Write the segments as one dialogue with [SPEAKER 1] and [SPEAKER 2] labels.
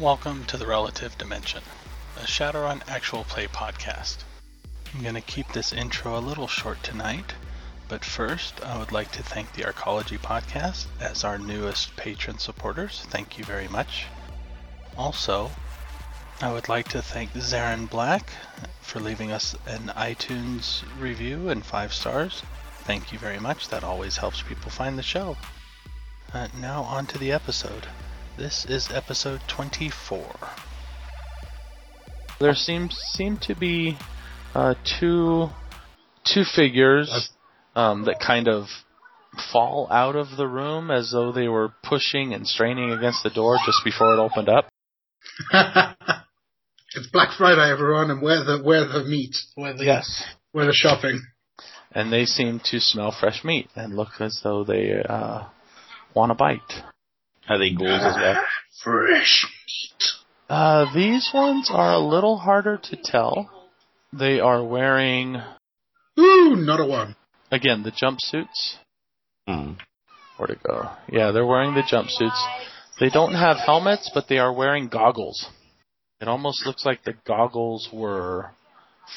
[SPEAKER 1] Welcome to the Relative Dimension, a Shadowrun actual play podcast. I'm going to keep this intro a little short tonight, but first I would like to thank the Arcology Podcast as our newest patron supporters. Thank you very much. Also, I would like to thank Zarin Black for leaving us an iTunes review and five stars. Thank you very much. That always helps people find the show. Uh, now, on to the episode. This is episode 24. There seems seem to be uh, two two figures um, that kind of fall out of the room as though they were pushing and straining against the door just before it opened up.
[SPEAKER 2] it's Black Friday, everyone, and where the where the meat, where the
[SPEAKER 1] Yes.
[SPEAKER 2] where the shopping.
[SPEAKER 1] And they seem to smell fresh meat and look as though they uh, want a bite.
[SPEAKER 3] Are they ghouls as well?
[SPEAKER 2] Fresh.
[SPEAKER 1] Uh, these ones are a little harder to tell. They are wearing
[SPEAKER 2] Ooh, not a one.
[SPEAKER 1] again the jumpsuits.
[SPEAKER 3] Hmm.
[SPEAKER 1] Where to go? Yeah, they're wearing the jumpsuits. They don't have helmets, but they are wearing goggles. It almost looks like the goggles were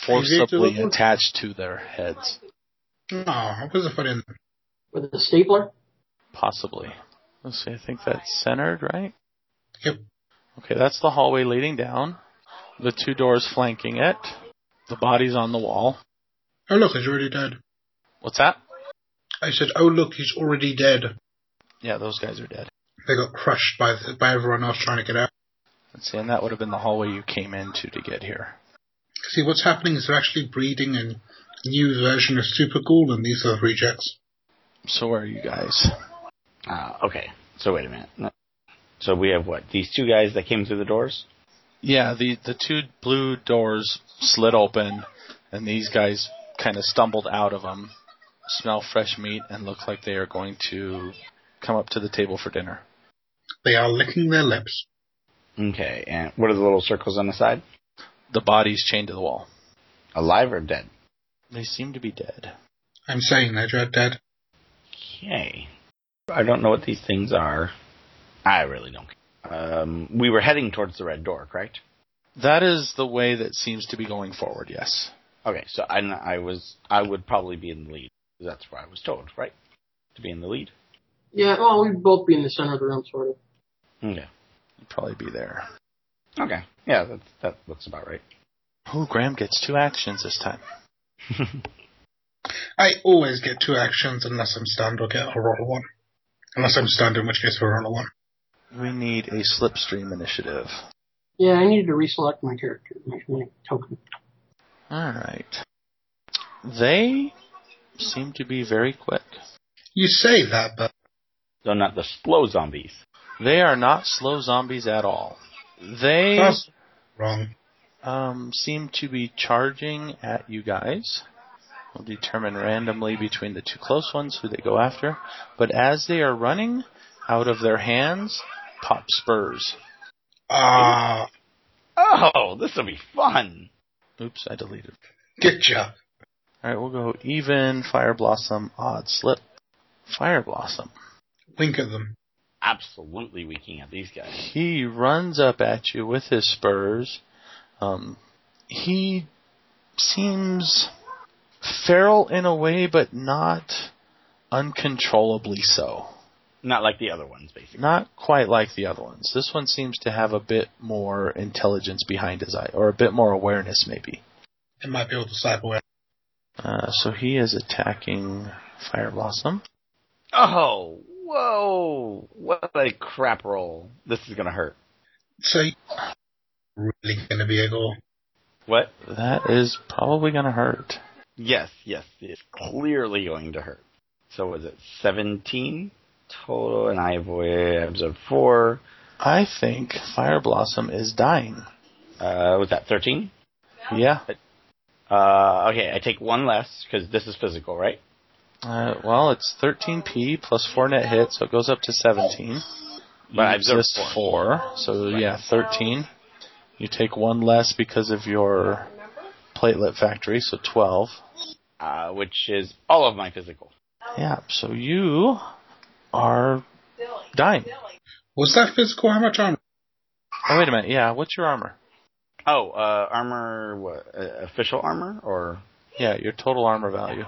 [SPEAKER 1] forcibly
[SPEAKER 2] Invisible?
[SPEAKER 1] attached to their heads,
[SPEAKER 2] Oh, there's a foot in there.
[SPEAKER 4] with a stapler.
[SPEAKER 1] possibly. Let's see. I think that's centered, right?
[SPEAKER 2] Yep.
[SPEAKER 1] Okay, that's the hallway leading down. The two doors flanking it. The body's on the wall.
[SPEAKER 2] Oh look, he's already dead.
[SPEAKER 1] What's that?
[SPEAKER 2] I said, oh look, he's already dead.
[SPEAKER 1] Yeah, those guys are dead.
[SPEAKER 2] They got crushed by the, by everyone else trying to get out.
[SPEAKER 1] Let's see, and that would have been the hallway you came into to get here.
[SPEAKER 2] See, what's happening is they're actually breeding a new version of Super Ghoul, and these are the rejects.
[SPEAKER 1] So where are you guys?
[SPEAKER 3] Ah, okay. So wait a minute. No. So we have what? These two guys that came through the doors?
[SPEAKER 1] Yeah, the the two blue doors slid open, and these guys kind of stumbled out of them, smell fresh meat, and look like they are going to come up to the table for dinner.
[SPEAKER 2] They are licking their lips.
[SPEAKER 3] Okay. And what are the little circles on the side?
[SPEAKER 1] The bodies chained to the wall.
[SPEAKER 3] Alive or dead?
[SPEAKER 1] They seem to be dead.
[SPEAKER 2] I'm saying they're dead- dead.
[SPEAKER 3] Okay. I don't know what these things are. I really don't. care. Um, we were heading towards the red door, correct?
[SPEAKER 1] That is the way that seems to be going forward. Yes.
[SPEAKER 3] Okay. So I, I was I would probably be in the lead. That's what I was told, right? To be in the lead.
[SPEAKER 4] Yeah, well, we'd both be in the center of the room, sort of.
[SPEAKER 3] Okay.
[SPEAKER 1] You'd probably be there.
[SPEAKER 3] Okay. Yeah, that that looks about right.
[SPEAKER 1] Oh, Graham gets two actions this time.
[SPEAKER 2] I always get two actions unless I'm stunned or get a roll one. Unless I'm stunned, in which case I roll a one.
[SPEAKER 1] We need a slipstream initiative.
[SPEAKER 4] Yeah, I needed to reselect my character, my, my token.
[SPEAKER 1] All right. They seem to be very quick.
[SPEAKER 2] You say that, but
[SPEAKER 3] so not the slow zombies.
[SPEAKER 1] They are not slow zombies at all. They
[SPEAKER 2] that's wrong.
[SPEAKER 1] um, seem to be charging at you guys. We'll determine randomly between the two close ones who they go after. But as they are running, out of their hands pop spurs.
[SPEAKER 2] Ah,
[SPEAKER 3] Oh, this will be fun.
[SPEAKER 1] Oops, I deleted.
[SPEAKER 2] get ya.
[SPEAKER 1] All right, we'll go even fire blossom odd slip. Fire blossom.
[SPEAKER 2] Wink at them.
[SPEAKER 3] absolutely winking at these guys.
[SPEAKER 1] He runs up at you with his spurs. Um, he seems feral in a way, but not uncontrollably so.
[SPEAKER 3] Not like the other ones, basically.
[SPEAKER 1] Not quite like the other ones. This one seems to have a bit more intelligence behind his eye, or a bit more awareness, maybe.
[SPEAKER 2] It might be all the cyberware.
[SPEAKER 1] Uh, so he is attacking Fire Blossom.
[SPEAKER 3] Oh, whoa! What a crap roll. This is gonna hurt.
[SPEAKER 2] So, really gonna be a goal.
[SPEAKER 3] What?
[SPEAKER 1] That is probably going to hurt.
[SPEAKER 3] Yes, yes, it's clearly going to hurt. So was it 17 total, and I have uh, absorbed four.
[SPEAKER 1] I think Fire Blossom is dying.
[SPEAKER 3] Uh, was that 13?
[SPEAKER 1] Yeah.
[SPEAKER 3] Uh, okay, I take one less because this is physical, right?
[SPEAKER 1] Uh, well, it's 13p plus 4 net hit, so it goes up to 17.
[SPEAKER 3] But I
[SPEAKER 1] You
[SPEAKER 3] absorbed
[SPEAKER 1] resist
[SPEAKER 3] four.
[SPEAKER 1] four, so yeah, 13. You take one less because of your platelet factory, so 12.
[SPEAKER 3] Uh, which is all of my physical.
[SPEAKER 1] Yeah, so you are dying.
[SPEAKER 2] Was that physical? How much armor?
[SPEAKER 1] Oh, wait a minute. Yeah, what's your armor?
[SPEAKER 3] Oh, uh, armor, what, uh, official armor or
[SPEAKER 1] Yeah, your total armor value.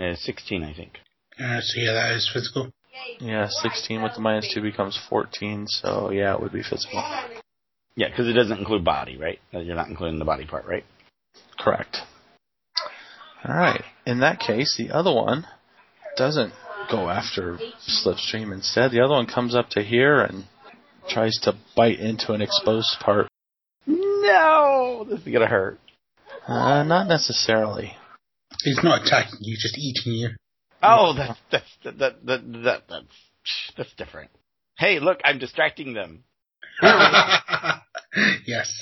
[SPEAKER 3] uh, 16, I think.
[SPEAKER 2] Uh, so yeah, that is physical.
[SPEAKER 1] Yeah, 16 with the minus 2 becomes 14, so yeah, it would be physical.
[SPEAKER 3] Yeah, because it doesn't include body, right? Uh, You're not including the body part, right?
[SPEAKER 1] Correct. Alright, in that case, the other one doesn't go after Slipstream instead. The other one comes up to here and tries to bite into an exposed part.
[SPEAKER 3] No, this is gonna hurt.
[SPEAKER 1] Uh, not necessarily.
[SPEAKER 2] He's not attacking you, just eating you.
[SPEAKER 3] Oh, that's that's that that that, that that's that's different. Hey, look, I'm distracting them.
[SPEAKER 2] yes.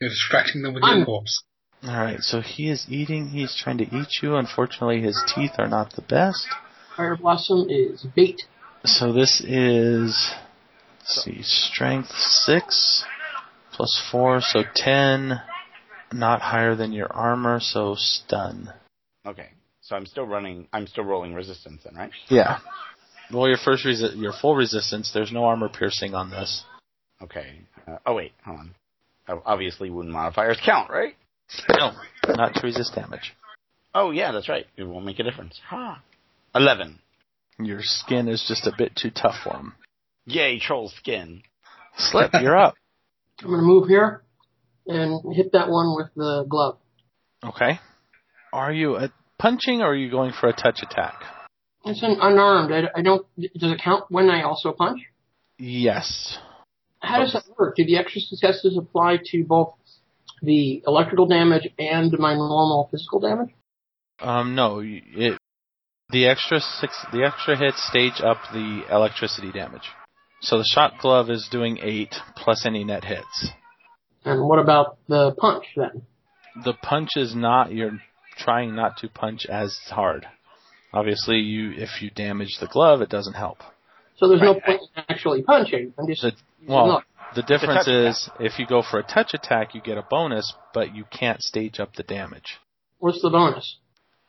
[SPEAKER 2] You're distracting them with
[SPEAKER 4] I'm-
[SPEAKER 2] your corpse.
[SPEAKER 1] Alright, so he is eating, he's trying to eat you. Unfortunately, his teeth are not the best.
[SPEAKER 4] Fire Blossom is bait.
[SPEAKER 1] So this is let's see, strength six plus four, so ten. Not higher than your armor, so stun.
[SPEAKER 3] Okay, so I'm still running. I'm still rolling resistance, then, right?
[SPEAKER 1] Yeah. Well, your first resi- your full resistance. There's no armor piercing on this.
[SPEAKER 3] Okay. Uh, oh wait, hold on. Oh, obviously, wound modifiers count, right?
[SPEAKER 1] No, not to resist damage.
[SPEAKER 3] Oh yeah, that's right. It won't make a difference. Ha. Eleven.
[SPEAKER 1] Your skin is just a bit too tough for him.
[SPEAKER 3] Yay, troll skin.
[SPEAKER 1] Slip, you're up.
[SPEAKER 4] I'm going to move here and hit that one with the glove.
[SPEAKER 1] Okay. Are you uh punching or are you going for a touch attack?
[SPEAKER 4] It's an unarmed. I, I don't. Does it count when I also punch?
[SPEAKER 1] Yes.
[SPEAKER 4] How does that work? Do the exorcist tests apply to both the electrical damage and my normal physical damage?
[SPEAKER 1] Um, no, y- it, the extra six, the extra hits stage up the electricity damage. So the shot glove is doing eight plus any net hits.
[SPEAKER 4] And what about the punch then?
[SPEAKER 1] The punch is not you're trying not to punch as hard. Obviously, you if you damage the glove, it doesn't help.
[SPEAKER 4] So there's no
[SPEAKER 3] Right,
[SPEAKER 4] point in actually punching. I'm just
[SPEAKER 1] The, well,
[SPEAKER 4] Look.
[SPEAKER 1] the difference
[SPEAKER 3] touch attack.
[SPEAKER 1] is if you go for a touch attack, you get a bonus, but you can't stage up the damage.
[SPEAKER 4] what's the bonus?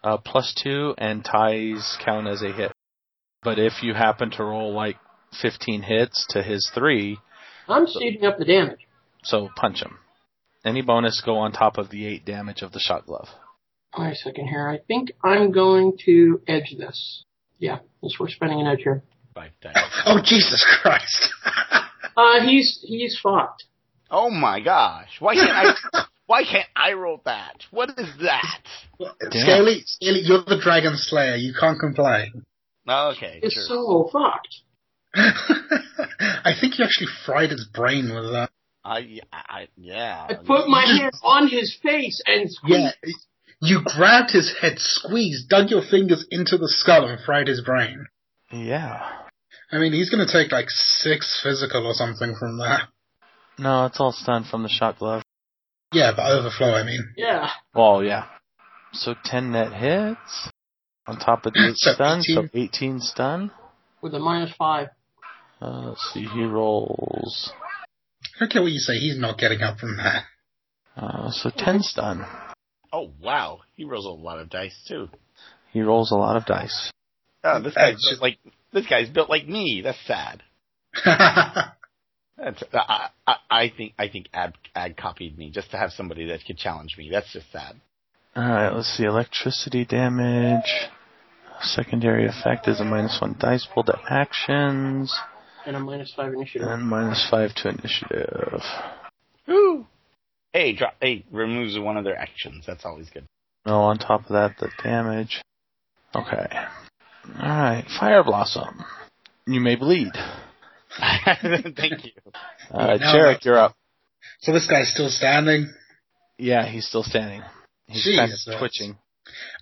[SPEAKER 1] uh, plus two, and ties count as a hit. But if you happen to roll like 15 hits to his three,
[SPEAKER 4] I'm staging up the damage.
[SPEAKER 1] so punch him. Any bonus go on top of the eight damage of the shot glove.
[SPEAKER 4] Wait a second here. I think I'm going to edge this. Yeah, yes, we're spending an edge here.
[SPEAKER 3] Five dice.
[SPEAKER 2] Oh, Jesus Christ.
[SPEAKER 4] Uh, he's he's fought.
[SPEAKER 3] Oh my gosh! Why can't I? why can't I roll that? What is that?
[SPEAKER 2] Scaly, Scaly, you're the dragon slayer. You can't comply.
[SPEAKER 3] Okay,
[SPEAKER 4] It's
[SPEAKER 3] sure.
[SPEAKER 4] so fucked.
[SPEAKER 2] I think you actually fried his brain with uh, that.
[SPEAKER 3] I, I, yeah.
[SPEAKER 4] I put my hand on his face and
[SPEAKER 2] Yeah.
[SPEAKER 4] squeezed.
[SPEAKER 2] You grabbed his head, squeezed, dug your fingers into the skull, and fried his brain.
[SPEAKER 1] Yeah.
[SPEAKER 2] I mean, he's going to take like six physical or something from that.
[SPEAKER 1] No, it's all stunned from the shot glove.
[SPEAKER 2] Yeah, but overflow, I mean.
[SPEAKER 4] Yeah.
[SPEAKER 1] Well, yeah. So 10 net hits on top of the eight
[SPEAKER 2] So
[SPEAKER 1] stun, so 18 stun.
[SPEAKER 4] with a minus five.
[SPEAKER 1] Uh, let's see, he rolls.
[SPEAKER 2] I don't care what you say, he's not getting up from that.
[SPEAKER 1] Uh, so 10 stun.
[SPEAKER 3] Oh wow, he rolls a lot of dice too.
[SPEAKER 1] He rolls a lot of dice.
[SPEAKER 3] Oh, this guy's
[SPEAKER 2] That's-
[SPEAKER 3] built like this guy's built like me. That's sad. That's I, I, I think I think Ad, Ad copied me just to have somebody that could challenge me. That's just sad.
[SPEAKER 1] Alright, let's see. Electricity damage. Secondary effect is a minus one dice pool to actions.
[SPEAKER 4] And a minus five initiative.
[SPEAKER 1] And minus five to initiative.
[SPEAKER 3] Woo! Hey, drop. Hey, removes one of their actions. That's always good.
[SPEAKER 1] No, on top of that, the damage. Okay. Alright, Fire Blossom. You may bleed.
[SPEAKER 3] Thank you.
[SPEAKER 1] Uh,
[SPEAKER 2] now
[SPEAKER 1] Jarek, you're up.
[SPEAKER 2] so this guy's still standing.
[SPEAKER 1] Yeah, he's still standing. He's kind
[SPEAKER 2] Jesus.
[SPEAKER 1] of twitching.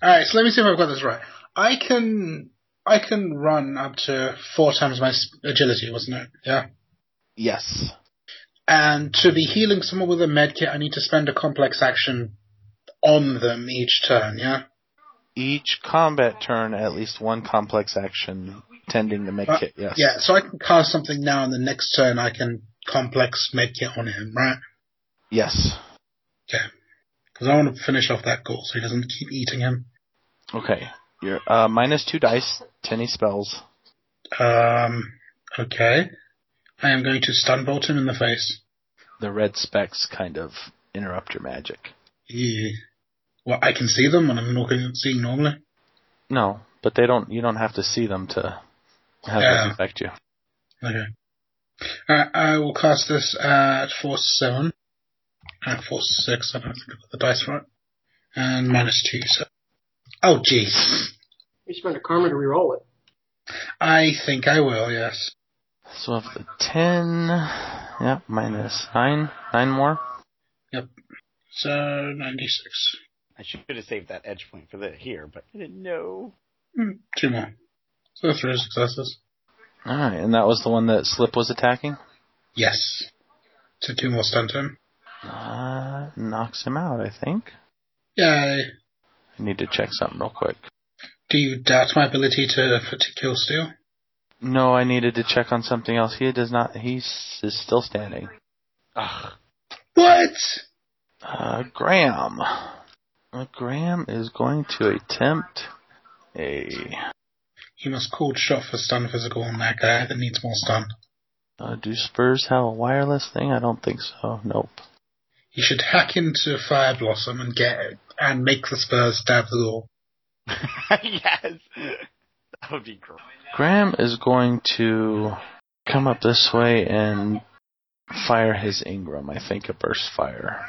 [SPEAKER 2] Alright, so let me see if I've got this right. I can. I can run up to four times my s- agility, wasn't it? Yeah.
[SPEAKER 1] Yes.
[SPEAKER 2] And to be healing someone with a medkit, I need to spend a complex action on them each turn, yeah?
[SPEAKER 1] Each combat turn, at least one complex action tending to make
[SPEAKER 2] Uh,
[SPEAKER 1] it. Yes.
[SPEAKER 2] Yeah, so I can cast something now, and the next turn I can complex medkit on him, right?
[SPEAKER 1] Yes.
[SPEAKER 2] Because I want to finish off that goal so he doesn't keep eating him.
[SPEAKER 1] Okay. You're uh, minus two dice to any spells.
[SPEAKER 2] Um, okay. I am going to stun bolt him in the face.
[SPEAKER 1] The red specks kind of interrupt your magic.
[SPEAKER 2] Yeah. Well, I can see them when I'm not gonna- seeing normally.
[SPEAKER 1] No, but they don't. You don't have to see them to have
[SPEAKER 2] Yeah.
[SPEAKER 1] them affect you.
[SPEAKER 2] Okay. Uh, I will cast this at force 7. At force 6, I don't think I've got the dice right. And minus 2, so. Oh, jeez.
[SPEAKER 4] You spend a karma to reroll it.
[SPEAKER 2] I think I will, yes.
[SPEAKER 1] So if the ten, yeah, minus nine, nine more.
[SPEAKER 2] So, 96.
[SPEAKER 3] I should have saved that edge point for the here, but I didn't know.
[SPEAKER 2] Hmm, two more. So, three successes.
[SPEAKER 1] All right, and that was the one that Slip was attacking.
[SPEAKER 2] Yes. So, two more stun to him.
[SPEAKER 1] Uh, knocks him out, I think.
[SPEAKER 2] Yay.
[SPEAKER 1] I need to check something real quick.
[SPEAKER 2] Do you doubt my ability to, to kill steel?
[SPEAKER 1] No, I needed to check on something else. He does not. He s- is still standing.
[SPEAKER 3] Ugh.
[SPEAKER 2] What?
[SPEAKER 1] Uh, Graham. Uh, Graham is going to attempt a,
[SPEAKER 2] He must cold shot for stun physical on that guy that needs more stun.
[SPEAKER 1] uh, do Spurs have a wireless thing? I don't think so. Nope.
[SPEAKER 2] You should hack into Fire Blossom and get and make the Spurs stab the goal.
[SPEAKER 3] yes. That would be great.
[SPEAKER 1] Graham is going to come up this way and fire his Ingram. I think a burst fire.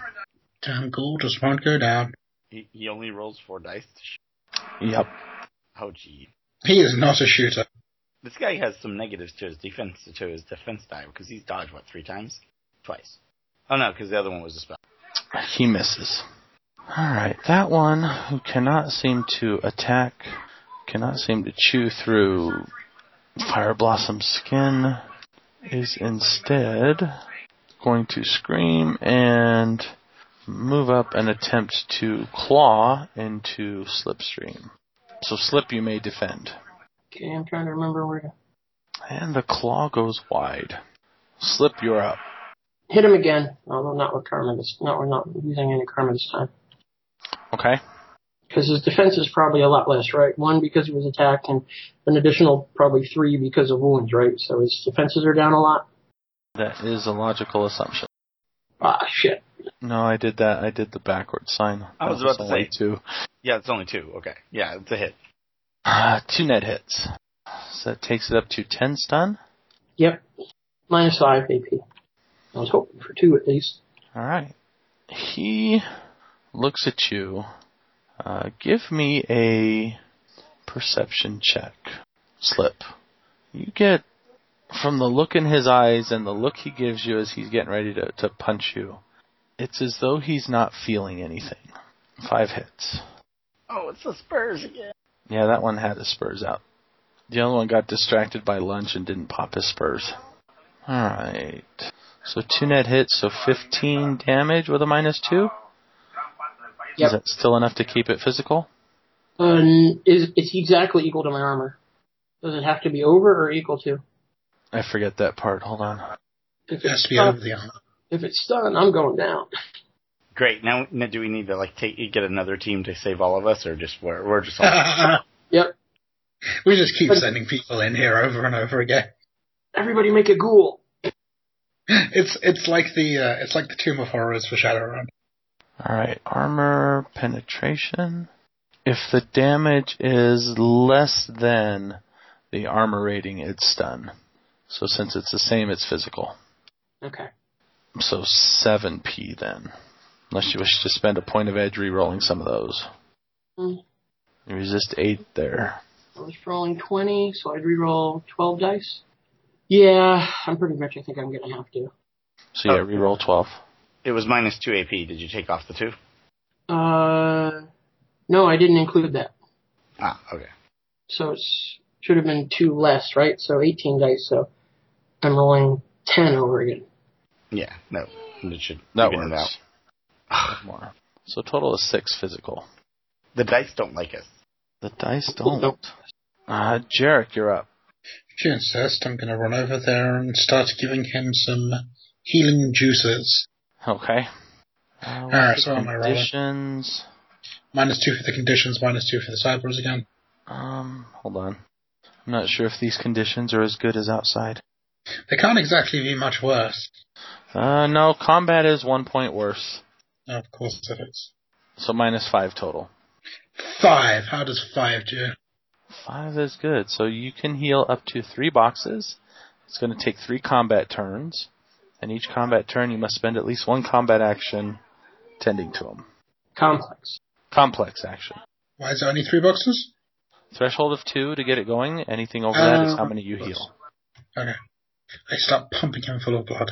[SPEAKER 2] Damn goal just won't go down.
[SPEAKER 3] He, he only rolls four dice. To shoot.
[SPEAKER 1] Yep.
[SPEAKER 3] Oh, gee.
[SPEAKER 2] He is not a shooter.
[SPEAKER 3] This guy has some negatives to his defense to his defense die because he's dodged what three times, twice. Oh no, because the other one was a spell.
[SPEAKER 1] He misses. Alright, that one who cannot seem to attack, cannot seem to chew through Fire Blossom's skin, is instead going to scream and move up and attempt to claw into Slipstream. So, Slip, you may defend.
[SPEAKER 4] Okay, I'm trying to remember where to
[SPEAKER 1] And the claw goes wide. Slip, you're up.
[SPEAKER 4] hit him again. Although not with karma this, not we're not using any karma this time
[SPEAKER 1] Okay?
[SPEAKER 4] because his defense is probably a lot less, right? One because he was attacked, and an additional probably three because of wounds, right? So his defenses are down a lot.
[SPEAKER 1] That is a logical assumption.
[SPEAKER 4] Ah, shit.
[SPEAKER 1] No, I did that. I did the backward sign.
[SPEAKER 3] I
[SPEAKER 1] That
[SPEAKER 3] was about to
[SPEAKER 1] only
[SPEAKER 3] say.
[SPEAKER 1] two.
[SPEAKER 3] Yeah, it's only two. Okay. Yeah, it's a hit.
[SPEAKER 1] Ah, two net hits. So that takes it up to ten stun.
[SPEAKER 4] Yep. Minus five AP. I was hoping for two at least.
[SPEAKER 1] All right. He looks at you. Uh, give me a perception check. Slip. You get from the look in his eyes and the look he gives you as he's getting ready to, to punch you. It's as though he's not feeling anything. Five hits.
[SPEAKER 3] Oh, it's the Spurs again.
[SPEAKER 1] Yeah, that one had his spurs out. The other one got distracted by lunch and didn't pop his spurs. Alright. So two net hits, so 15 damage with a minus two?
[SPEAKER 4] Yep.
[SPEAKER 1] Is that still enough to keep it physical?
[SPEAKER 4] Um, is it's exactly equal to my armor. Does it have to be over or equal to?
[SPEAKER 1] I forget that part. Hold on.
[SPEAKER 4] If
[SPEAKER 2] It has
[SPEAKER 4] it's
[SPEAKER 2] to be
[SPEAKER 4] stun,
[SPEAKER 2] over the arm.
[SPEAKER 4] if it's stun, I'm going down.
[SPEAKER 3] Great. Now, now do we need to like take get another team to save all of us, or just we're we're just all
[SPEAKER 4] Yep.
[SPEAKER 2] we just keep sending people in here over and over again.
[SPEAKER 4] Everybody make a ghoul.
[SPEAKER 2] It's it's like the uh, it's like the Tomb of Horrors for Shadowrun.
[SPEAKER 1] Alright, armor, penetration. If the damage is less than the armor rating, it's stun. So since it's the same, it's physical.
[SPEAKER 4] Okay.
[SPEAKER 1] So 7p then. Unless you wish to spend a point of edge re-rolling some of those.
[SPEAKER 4] Hmm.
[SPEAKER 1] You resist 8 there.
[SPEAKER 4] I was rolling 20, so I'd reroll 12 dice. Yeah, I'm pretty much, I think I'm gonna have to.
[SPEAKER 1] So yeah,
[SPEAKER 3] Oh.
[SPEAKER 1] re-roll 12.
[SPEAKER 3] It was minus two AP. Did you take off the two?
[SPEAKER 4] Uh, no, I didn't include that.
[SPEAKER 3] Ah, okay.
[SPEAKER 4] So it's, should have been two less, right? So 18 dice, so I'm rolling 10 over again.
[SPEAKER 3] Yeah, no. It should
[SPEAKER 1] That
[SPEAKER 3] even it
[SPEAKER 1] works.
[SPEAKER 3] out. Ugh,
[SPEAKER 1] More. So total is 6 physical.
[SPEAKER 3] The dice don't like us.
[SPEAKER 1] The dice
[SPEAKER 4] Nope.
[SPEAKER 1] don't. Uh, Jarek, you're up.
[SPEAKER 2] If you insist, I'm going to run over there and start giving him some healing juices.
[SPEAKER 1] Okay. Uh, what's
[SPEAKER 2] Alright,
[SPEAKER 1] the
[SPEAKER 2] so am I rolling?
[SPEAKER 1] conditions?
[SPEAKER 2] Minus two for the conditions, minus two for the sideboards again.
[SPEAKER 1] Um, hold on. I'm not sure if these conditions are as good as outside.
[SPEAKER 2] They can't exactly be much worse.
[SPEAKER 1] Uh, no, combat is one point worse.
[SPEAKER 2] No, of course it is.
[SPEAKER 1] So minus five total.
[SPEAKER 2] Five. How does five do?
[SPEAKER 1] Five is good. So you can heal up to three boxes. It's going to take three combat turns. And each combat turn, you must spend at least one combat action tending to them.
[SPEAKER 4] Complex.
[SPEAKER 1] Complex action.
[SPEAKER 2] Why is there only three boxes?
[SPEAKER 1] Threshold of two to get it going. Anything over that is how many you heal.
[SPEAKER 2] Okay. I start pumping him full of blood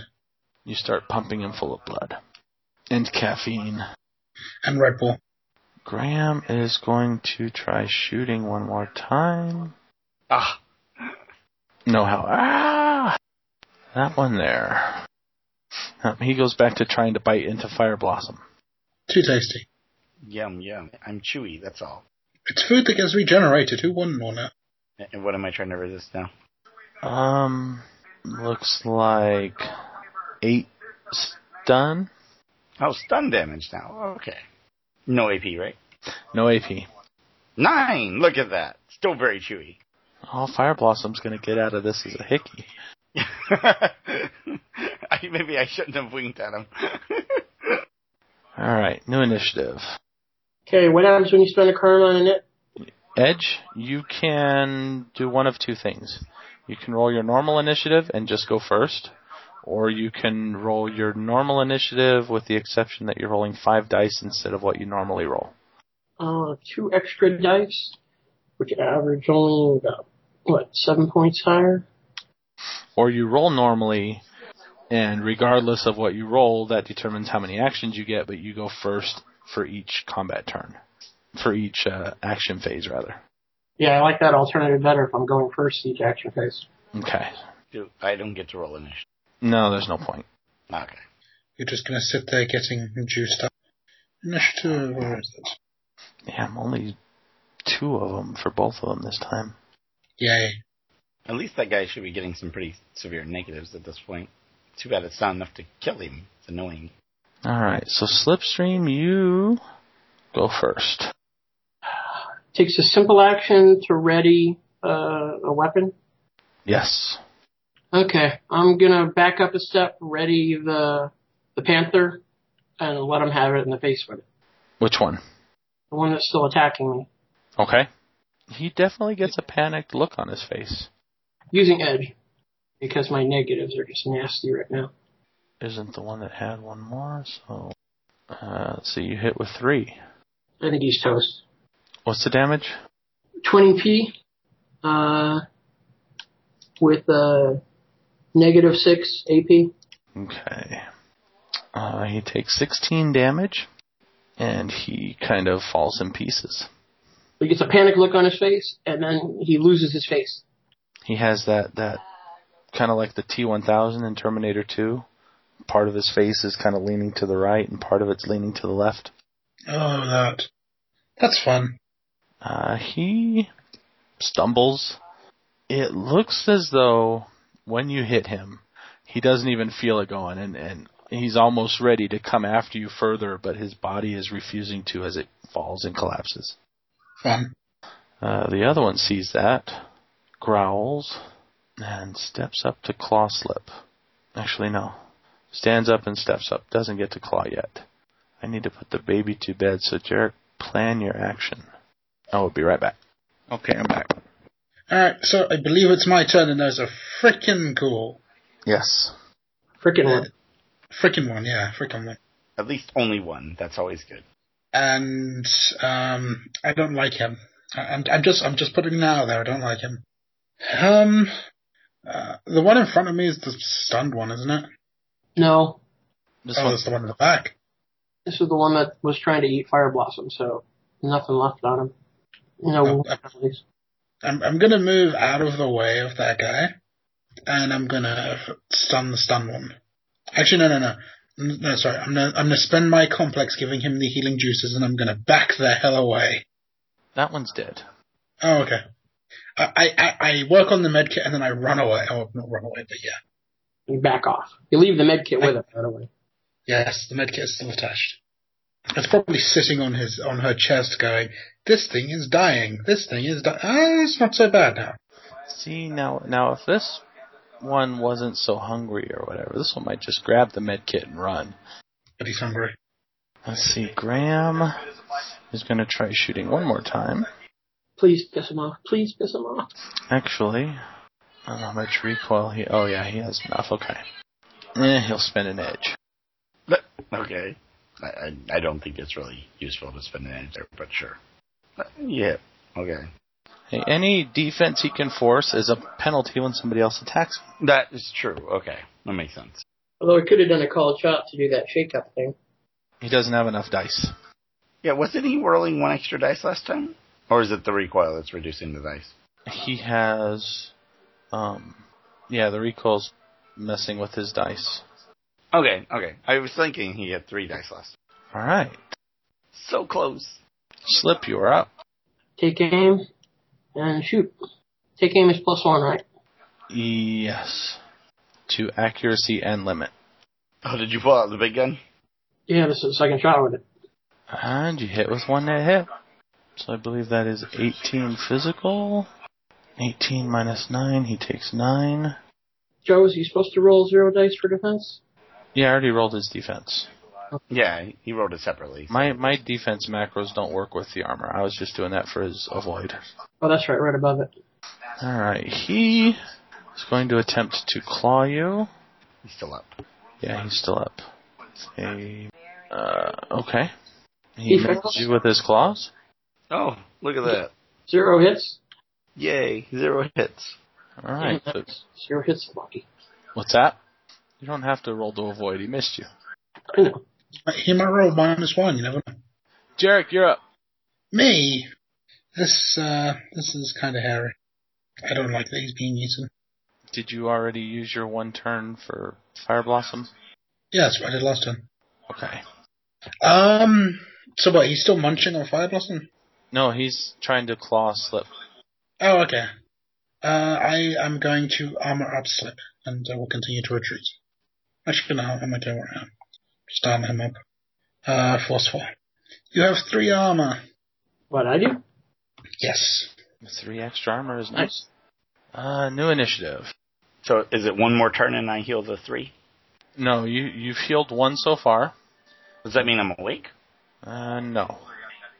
[SPEAKER 1] You start pumping him full of blood. And caffeine.
[SPEAKER 2] and Red Bull.
[SPEAKER 1] Graham is going to try shooting one more time.
[SPEAKER 3] Ah,
[SPEAKER 1] No how. Ah! That one there. Um, he goes back to trying to bite into Fire Blossom.
[SPEAKER 2] Too tasty.
[SPEAKER 3] yum, yum. I'm chewy, that's all.
[SPEAKER 2] It's food that gets regenerated. Who wouldn't want it?
[SPEAKER 3] And what am I trying to resist now?
[SPEAKER 1] Um, looks like eight stun.
[SPEAKER 3] Oh, stun damage now. Okay. No AP, right?
[SPEAKER 1] No AP.
[SPEAKER 3] Nine! Look at that. Still very chewy.
[SPEAKER 1] All Oh, Fire Blossom's gonna get out of this is a hickey.
[SPEAKER 3] I, maybe I shouldn't have winked at him.
[SPEAKER 1] All right, new initiative.
[SPEAKER 4] Okay, what happens when you spend a karma on a net?
[SPEAKER 1] Edge, you can do one of two things. You can roll your normal initiative and just go first, or you can roll your normal initiative with the exception that you're rolling five dice instead of what you normally roll.
[SPEAKER 4] Uh, two extra dice, which average only about, what, seven points higher?
[SPEAKER 1] Or you roll normally, and regardless of what you roll, that determines how many actions you get, but you go first for each combat turn. For each uh, action phase, rather.
[SPEAKER 4] Yeah, I like that alternative better if I'm going first each action phase.
[SPEAKER 1] Okay.
[SPEAKER 3] Dude, I don't get to roll initiative.
[SPEAKER 1] No, there's no point.
[SPEAKER 3] Okay.
[SPEAKER 2] You're just going to sit there getting juiced up. Initiative, where is it?
[SPEAKER 1] Yeah, I'm only two of them for both of them this time.
[SPEAKER 2] Yay.
[SPEAKER 3] At least that guy should be getting some pretty severe negatives at this point. Too bad it's not enough to kill him. It's annoying.
[SPEAKER 1] All right, so Slipstream, you go first.
[SPEAKER 4] Takes a simple action to ready uh, a weapon.
[SPEAKER 1] Yes.
[SPEAKER 4] Okay, I'm gonna back up a step, ready the the panther, and let him have it in the face with it.
[SPEAKER 1] Which one?
[SPEAKER 4] The one that's still attacking me,
[SPEAKER 1] Okay. He definitely gets a panicked look on his face.
[SPEAKER 4] using edge, because my negatives are just nasty right now.
[SPEAKER 1] Isn't the one that had one more, so. Uh, let's see, you hit with three.
[SPEAKER 4] I think he's toast.
[SPEAKER 1] What's the damage?
[SPEAKER 4] 20p, uh, with uh negative six AP.
[SPEAKER 1] Okay. Uh, he takes 16 damage, and he kind of falls in pieces.
[SPEAKER 4] He gets a panic look on his face, and then he loses his face.
[SPEAKER 1] He has that that kind of like the T1000 in Terminator 2. Part of his face is kind of leaning to the right, and part of it's leaning to the left.
[SPEAKER 2] Oh, that. That's fun.
[SPEAKER 1] Uh, he stumbles. It looks as though when you hit him, he doesn't even feel it going, and, and he's almost ready to come after you further, but his body is refusing to as it falls and collapses.
[SPEAKER 2] Fun.
[SPEAKER 1] Uh, the other one sees that, growls, and steps up to claw slip. Actually, no. Stands up and steps up. Doesn't get to claw yet. I need to put the baby to bed, so Jarek, plan your action. I will be right back. Okay, I'm back.
[SPEAKER 2] Alright, Uh, so I believe it's my turn, and there's a frickin' ghoul.
[SPEAKER 1] Yes.
[SPEAKER 4] Frickin' one.
[SPEAKER 2] Frickin' one, yeah, frickin' one.
[SPEAKER 3] At least only one. That's always good.
[SPEAKER 2] And um, I don't like him. I- I'm, I'm just, I'm just putting it out there. I don't like him. Um, uh, the one in front of me is the stunned one, isn't it?
[SPEAKER 4] No,
[SPEAKER 1] This
[SPEAKER 2] Oh,
[SPEAKER 1] one.
[SPEAKER 2] that's the one in the back.
[SPEAKER 4] this is the one that was trying to eat Fire Blossom, so nothing left on him. No,
[SPEAKER 2] Oh,
[SPEAKER 4] penalties.
[SPEAKER 2] I'm, I'm gonna move out of the way of that guy, and I'm gonna stun the stun one. Actually, no, no, no, N- no. Sorry, I'm gonna, I'm gonna spend my complex giving him the healing juices, and I'm gonna back the hell away.
[SPEAKER 1] That one's dead.
[SPEAKER 2] Oh, okay. I, I, I- I work on the medkit and then I run away. Oh, not run away, but yeah.
[SPEAKER 4] you back off. You leave the med kit with him, by the way.
[SPEAKER 2] Yes, the medkit is still attached. It's probably sitting on his on her chest, going, This thing is dying. This thing is dying. Ah, it's not so bad now.
[SPEAKER 1] See now, now if this one wasn't so hungry or whatever, this one might just grab the med kit and run.
[SPEAKER 2] But he's hungry.
[SPEAKER 1] Let's see, Graham is going to try shooting one more time.
[SPEAKER 4] Please piss him off. Please piss him off.
[SPEAKER 1] Actually, I don't know Oh, how much recoil he. Oh yeah, he has enough. Okay. Eh, he'll spend an edge.
[SPEAKER 3] But, okay. I, I, I don't think it's really useful to spend an edge there, but sure. Uh, yeah. Okay.
[SPEAKER 1] Hey, any defense he can force is a penalty when somebody else attacks. him.
[SPEAKER 3] That is true. Okay. That makes sense.
[SPEAKER 4] Although I could have done a called shot to do that shake-up thing.
[SPEAKER 1] He doesn't have enough dice.
[SPEAKER 3] Yeah, wasn't he whirling one extra dice last time? Or is it the recoil that's reducing the dice?
[SPEAKER 1] He has, um, yeah, the recoil's messing with his dice.
[SPEAKER 3] Okay, okay. I was thinking he had three dice last.
[SPEAKER 1] All right,
[SPEAKER 3] So close.
[SPEAKER 1] slip, you are up.
[SPEAKER 4] Take aim and shoot. Take aim is plus one, right?
[SPEAKER 1] Yes, to accuracy and limit.
[SPEAKER 3] Oh, did you pull out the big gun?
[SPEAKER 4] Yeah, this is the second shot with it.
[SPEAKER 1] And you hit with one that hit. So I believe that is 18 physical. 18 minus 9, he takes 9.
[SPEAKER 4] Joe, is he supposed to roll zero dice for defense?
[SPEAKER 1] Yeah, I already rolled his defense.
[SPEAKER 3] Yeah, he rolled it separately.
[SPEAKER 1] My my defense macros don't work with the armor. I was just doing that for his avoid.
[SPEAKER 4] Oh, that's right, right above it.
[SPEAKER 1] Alright, he is going to attempt to claw you.
[SPEAKER 3] He's still up.
[SPEAKER 1] Yeah, he's still up. A, uh, okay. He
[SPEAKER 4] He
[SPEAKER 1] hits
[SPEAKER 4] fails.
[SPEAKER 1] you with his claws.
[SPEAKER 3] Oh, look at that.
[SPEAKER 4] Zero hits.
[SPEAKER 3] Yay, zero hits.
[SPEAKER 1] Alright.
[SPEAKER 4] Mm-hmm.
[SPEAKER 1] so-
[SPEAKER 4] Zero hits, lucky.
[SPEAKER 1] what's that? You don't have to roll to avoid. He missed you.
[SPEAKER 4] I know.
[SPEAKER 2] He might roll minus one. You never know.
[SPEAKER 1] Jarek, you're up.
[SPEAKER 2] Me. This uh, this is kind of hairy. I don't like that he's being eaten.
[SPEAKER 1] Did you already use your one turn for Fire Blossom?
[SPEAKER 2] Yeah, that's what I did last time.
[SPEAKER 1] Okay.
[SPEAKER 2] Um. So what? He's still munching on fire blossom.
[SPEAKER 1] No, he's trying to claw slip.
[SPEAKER 2] Oh, okay. Uh, I am going to armor up slip, and I will continue to retreat. Actually, no, I'm not doing it now. Just arm him up. Uh, forceful. You have three armor.
[SPEAKER 4] What I do?
[SPEAKER 2] Yes.
[SPEAKER 1] Three extra armor is nice. Uh, new initiative.
[SPEAKER 3] So is it one more turn and I heal the three?
[SPEAKER 1] No, you you've healed one so far.
[SPEAKER 3] Does that mean I'm awake?
[SPEAKER 1] Uh, no.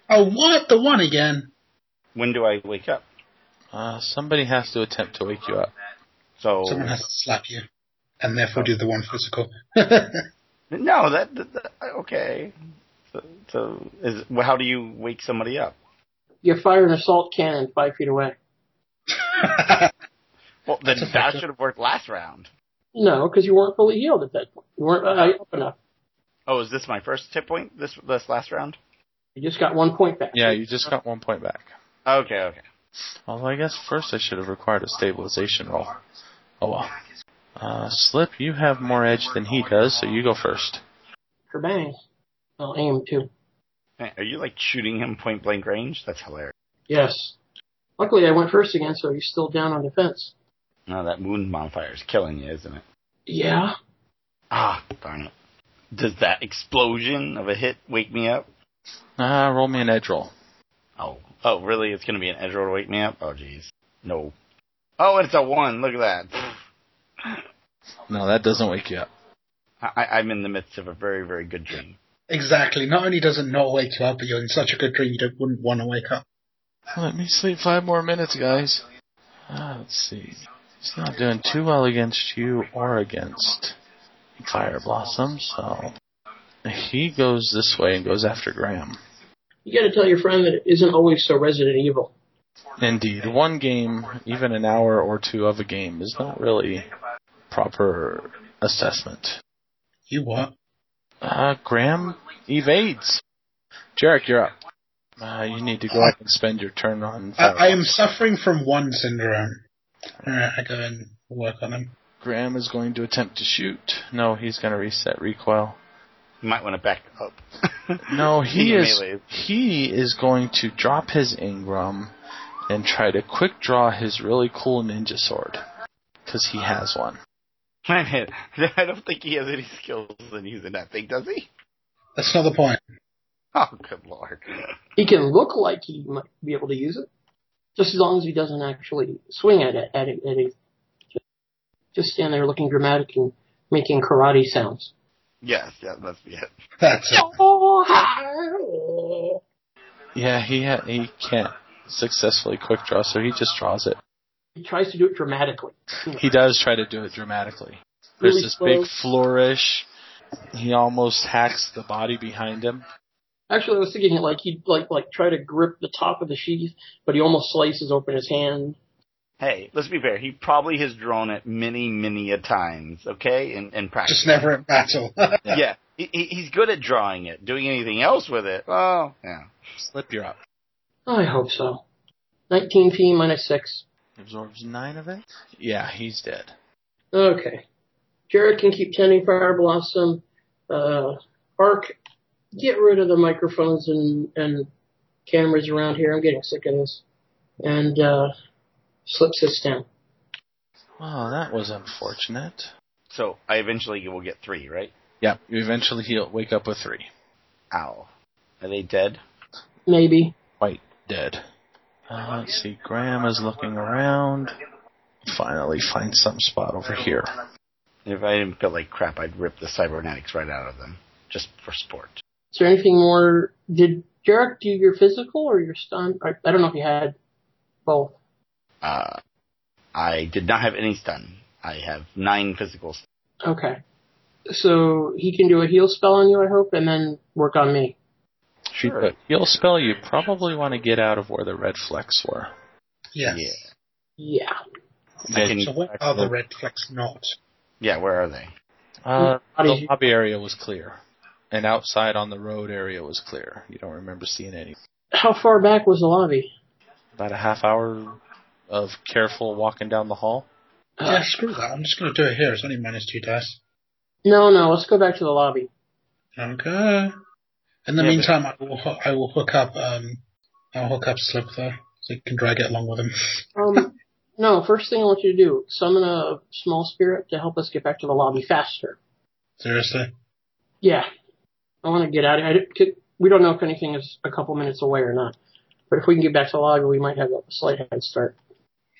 [SPEAKER 2] Oh, what? The one again?
[SPEAKER 3] When do I wake up?
[SPEAKER 1] Uh, somebody has to attempt to wake you up.
[SPEAKER 3] So
[SPEAKER 2] Someone has to slap you, and therefore do the one physical.
[SPEAKER 3] no, that, that, that- okay. So, so is well, how do you wake somebody up?
[SPEAKER 4] You fire an assault cannon five feet away.
[SPEAKER 3] Well, then
[SPEAKER 2] That's
[SPEAKER 3] that
[SPEAKER 2] effective.
[SPEAKER 3] should have worked last round.
[SPEAKER 4] No, because you weren't fully healed at that point. You weren't uh, up enough.
[SPEAKER 3] Oh, is this my first tip point? This this last round?
[SPEAKER 4] You just got one point back.
[SPEAKER 1] Yeah, you just got one point back.
[SPEAKER 3] Okay, okay.
[SPEAKER 1] Although I guess first I should have required a stabilization roll. Oh well. Uh, Slip, you have more edge than he does, so you go first.
[SPEAKER 4] Kerbang. I'll aim too.
[SPEAKER 3] Man, Are you like shooting him point blank range? That's hilarious.
[SPEAKER 4] Yes. Luckily, I went first again, so he's still down on defense.
[SPEAKER 3] No, that wound modifier is killing you, isn't it?
[SPEAKER 4] Yeah.
[SPEAKER 3] Ah, darn it. Does that explosion of a hit wake me up?
[SPEAKER 1] Uh, roll me an edge roll.
[SPEAKER 3] Oh, oh, really? It's gonna be an edge roll to wake me up? Oh, jeez. No. Oh, it's a one. Look at that.
[SPEAKER 1] No, that doesn't wake you up.
[SPEAKER 3] I, I- I'm in the midst of a very, very good dream.
[SPEAKER 2] exactly. Not only does it not wake you up, but you're in such a good dream you don't, wouldn't want to wake up.
[SPEAKER 1] Let me sleep five more minutes, guys. Uh, let's see. He's not doing too well against you or against Fire Blossom, so he goes this way and goes after Graham.
[SPEAKER 4] You got to tell your friend that it isn't always so Resident Evil.
[SPEAKER 1] Indeed, one game, even an hour or two of a game, is not really proper assessment.
[SPEAKER 2] You what?
[SPEAKER 1] Uh, Graham evades. Jarek, you're up. Uh, you need to go up and spend your turn on.
[SPEAKER 2] I, I am
[SPEAKER 1] fireworks.
[SPEAKER 2] suffering from one syndrome. Alright, I go and work on him.
[SPEAKER 1] Graham is going to attempt to shoot. No, he's going to reset recoil.
[SPEAKER 3] You might want to back up.
[SPEAKER 1] No, he
[SPEAKER 3] Into
[SPEAKER 1] is.
[SPEAKER 3] melee.
[SPEAKER 1] He is going to drop his Ingram and try to quick draw his really cool ninja sword because he has one.
[SPEAKER 3] Man, I don't think he has any skills in using that thing, does he?
[SPEAKER 2] That's not the point.
[SPEAKER 3] Oh, good lord.
[SPEAKER 4] He can look like he might be able to use it, just as long as he doesn't actually swing at it. At it, at it. Just stand there looking dramatic and making karate sounds.
[SPEAKER 3] Yes, yeah, that's the it.
[SPEAKER 2] That's it.
[SPEAKER 4] Oh, hi.
[SPEAKER 1] Yeah, he ha- he can't successfully quick draw, so he just draws it.
[SPEAKER 4] He tries to do it dramatically.
[SPEAKER 1] He does try to do it dramatically. There's
[SPEAKER 4] Really
[SPEAKER 1] this
[SPEAKER 4] slow.
[SPEAKER 1] big flourish. He almost hacks the body behind him.
[SPEAKER 4] Actually, I was thinking like he'd like like try to grip the top of the sheath, but he almost slices open his hand.
[SPEAKER 3] Hey, let's be fair. He probably has drawn it many, many a times, okay? In, in practice.
[SPEAKER 2] Just never in battle.
[SPEAKER 3] Yeah. He, he- he's good at drawing it. Doing anything else with it, well, yeah.
[SPEAKER 1] Slip, you're up.
[SPEAKER 4] I hope so. 19 p minus six.
[SPEAKER 1] Absorbs nine of it. Yeah, he's dead.
[SPEAKER 4] Okay. Jared can keep tending Fire Blossom. Uh, Ark, get rid of the microphones and, and cameras around here. I'm getting sick of this. And uh, Slip sits down.
[SPEAKER 1] Oh, that was unfortunate.
[SPEAKER 3] So I eventually will get three, right?
[SPEAKER 1] Yeah, you eventually he'll wake up with three.
[SPEAKER 3] Ow. Are they dead?
[SPEAKER 4] Maybe.
[SPEAKER 1] Quite dead. Uh, let's see. Graham is looking around. Finally, finds some spot over here.
[SPEAKER 3] If I didn't feel like crap, I'd rip the cybernetics right out of them. Just for sport.
[SPEAKER 4] Is there anything more? Did Jared do your physical or your stun? I, I don't know if you had both.
[SPEAKER 3] Uh, I did not have any stun. I have nine physical stun.
[SPEAKER 4] Okay. So he can do a heal spell on you, I hope, and then work on me.
[SPEAKER 3] Sure.
[SPEAKER 1] But he'll spell you probably want to get out of where the red flecks were.
[SPEAKER 2] yes.
[SPEAKER 3] Yeah.
[SPEAKER 4] Yeah.
[SPEAKER 3] I can-
[SPEAKER 2] So where are the red flags not?
[SPEAKER 3] Yeah, where are they?
[SPEAKER 2] Hmm.
[SPEAKER 1] Uh, the
[SPEAKER 4] Body-
[SPEAKER 1] lobby area was clear, and outside on the road area was clear. You don't remember seeing any.
[SPEAKER 4] How far back was the lobby?
[SPEAKER 1] About a half hour of careful walking down the hall.
[SPEAKER 4] Uh,
[SPEAKER 2] Yeah, screw that. I'm just going to do it here. It's only minus two dice.
[SPEAKER 4] No, no, let's go back to the lobby.
[SPEAKER 2] Okay. In
[SPEAKER 1] Yeah,
[SPEAKER 2] the
[SPEAKER 1] but-
[SPEAKER 2] meantime, I will hoo- I will hook up um I'll hook up Slip though, so you can drag it along with him.
[SPEAKER 4] Um, no, first thing I want you to do, summon a small spirit to help us get back to the lobby faster.
[SPEAKER 2] Seriously.
[SPEAKER 4] Yeah. I want to get out of here. I di- We don't know if anything is a couple minutes away or not. But if we can get back to the lobby, we might have a slight head start.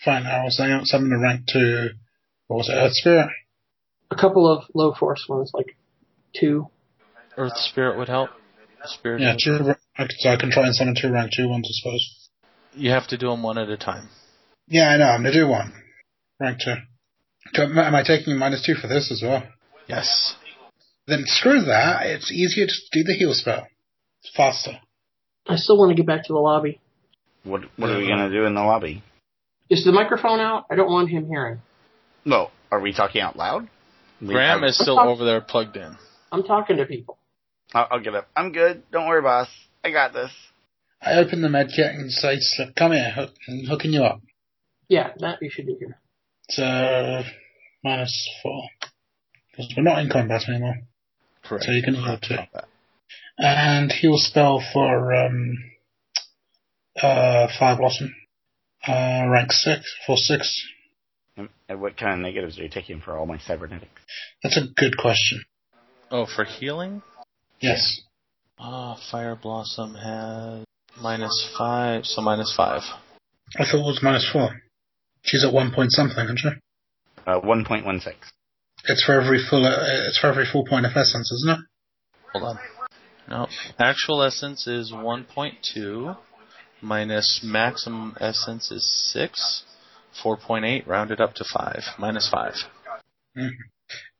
[SPEAKER 2] Fine. I will send out summon a rank two. What was it? Earth Spirit.
[SPEAKER 4] A couple of low force ones, like two.
[SPEAKER 1] Earth spirit would help. Spirit.
[SPEAKER 2] Yeah, two. ra- I c- So I can try and summon two rank two ones, I suppose.
[SPEAKER 1] You have to do them one at a time.
[SPEAKER 2] Yeah, I know. I'm gonna do one. Rank two. Do- Am I am I taking minus two for this as well?
[SPEAKER 1] Yes.
[SPEAKER 2] Then screw that. It's easier to do the heal spell. It's faster.
[SPEAKER 4] I still want to get back to the lobby.
[SPEAKER 3] What What
[SPEAKER 2] Uh,
[SPEAKER 3] are we gonna do in the lobby?
[SPEAKER 4] Is the microphone out? I don't want him hearing.
[SPEAKER 3] No, are we talking out loud? We-
[SPEAKER 1] Graham
[SPEAKER 3] I-
[SPEAKER 1] is still over there plugged in.
[SPEAKER 4] I'm talking to people.
[SPEAKER 3] I'll, I'll get up. I'm good. Don't worry, boss. I got this.
[SPEAKER 2] I open the med kit and say, Slip, come here. Hook, I'm hooking you up.
[SPEAKER 4] Yeah, that you should do here.
[SPEAKER 2] So minus four. Because we're not in combat anymore.
[SPEAKER 1] Correct.
[SPEAKER 2] So you can heal two.
[SPEAKER 1] Not bad.
[SPEAKER 2] And heal spell for um uh Fire Blossom. Uh rank six for six.
[SPEAKER 3] And- and what kind of negatives are you taking for all my cybernetics?
[SPEAKER 2] That's a good question.
[SPEAKER 1] Oh, for healing.
[SPEAKER 2] Yes.
[SPEAKER 1] Ah, fire blossom has minus five, so minus five.
[SPEAKER 2] I thought it was minus four. She's at one point something, isn't she?
[SPEAKER 3] Uh, one point one six.
[SPEAKER 2] It's for every full uh, it's for every full point of essence, isn't it?
[SPEAKER 1] Hold on. No. Actual essence is 1.2 minus maximum essence is 6. 4.8 rounded up to 5. Minus 5.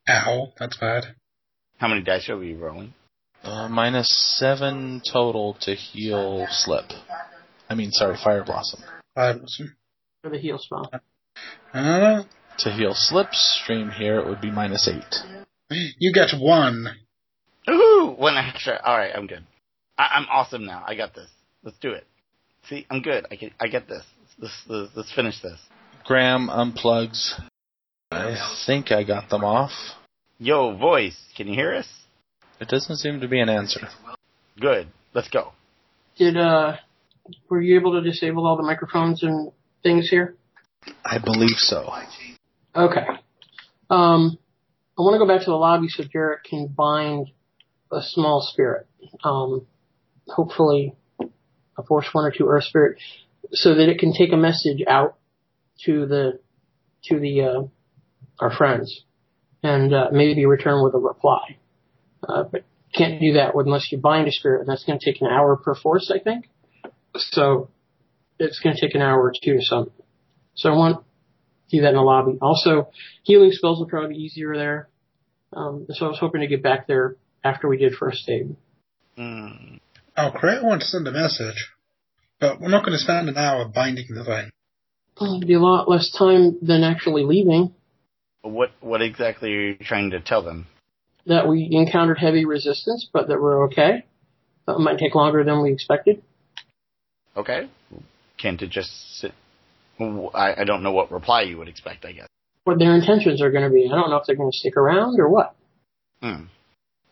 [SPEAKER 2] Ow, that's bad.
[SPEAKER 3] How many dice are we rolling?
[SPEAKER 1] Uh, minus 7 total to heal slip. I mean, sorry, fire blossom.
[SPEAKER 2] Fire Blossom.
[SPEAKER 4] For the heal spell.
[SPEAKER 2] Uh,
[SPEAKER 1] To heal slipstream here, it would be minus 8.
[SPEAKER 2] you get one.
[SPEAKER 3] Ooh, one extra. All right, I'm good. I, I'm awesome now. I got this. Let's do it. See, I'm good. I can. I get this. This. this let's finish this.
[SPEAKER 1] Graham unplugs. I think I got them off.
[SPEAKER 3] Yo, voice. Can you hear us?
[SPEAKER 1] It doesn't seem to be an answer.
[SPEAKER 3] Good. Let's go.
[SPEAKER 4] Did uh, were you able to disable all the microphones and things here?
[SPEAKER 1] I believe so.
[SPEAKER 4] Okay. Um, I want to go back to the lobby so Jarrett can bind a small spirit. Um, hopefully a Force One or two Earth Spirit, so that it can take a message out to the to the uh, our friends, and uh, maybe return with a reply. Uh, but can't do that unless you bind a spirit, and that's going to take an hour per force, I think. So it's going to take an hour or two to summon. So I want to do that in the lobby. Also, healing spells will probably be easier there. Um, so I was hoping to get back there after we did first aid.
[SPEAKER 3] Mm.
[SPEAKER 2] I'll Oh, create one to send a message, but we're not going to spend an hour binding the thing.
[SPEAKER 4] Um, It'd be a lot less time than actually leaving.
[SPEAKER 3] What what exactly are you trying to tell them?
[SPEAKER 4] That we encountered heavy resistance, but that we're okay. Uh, It might take longer than we expected.
[SPEAKER 3] Okay, can't it just sit? I, I don't know what reply you would expect. I guess.
[SPEAKER 4] What their intentions are going to be. I don't know if they're going to stick around or what.
[SPEAKER 3] Hmm.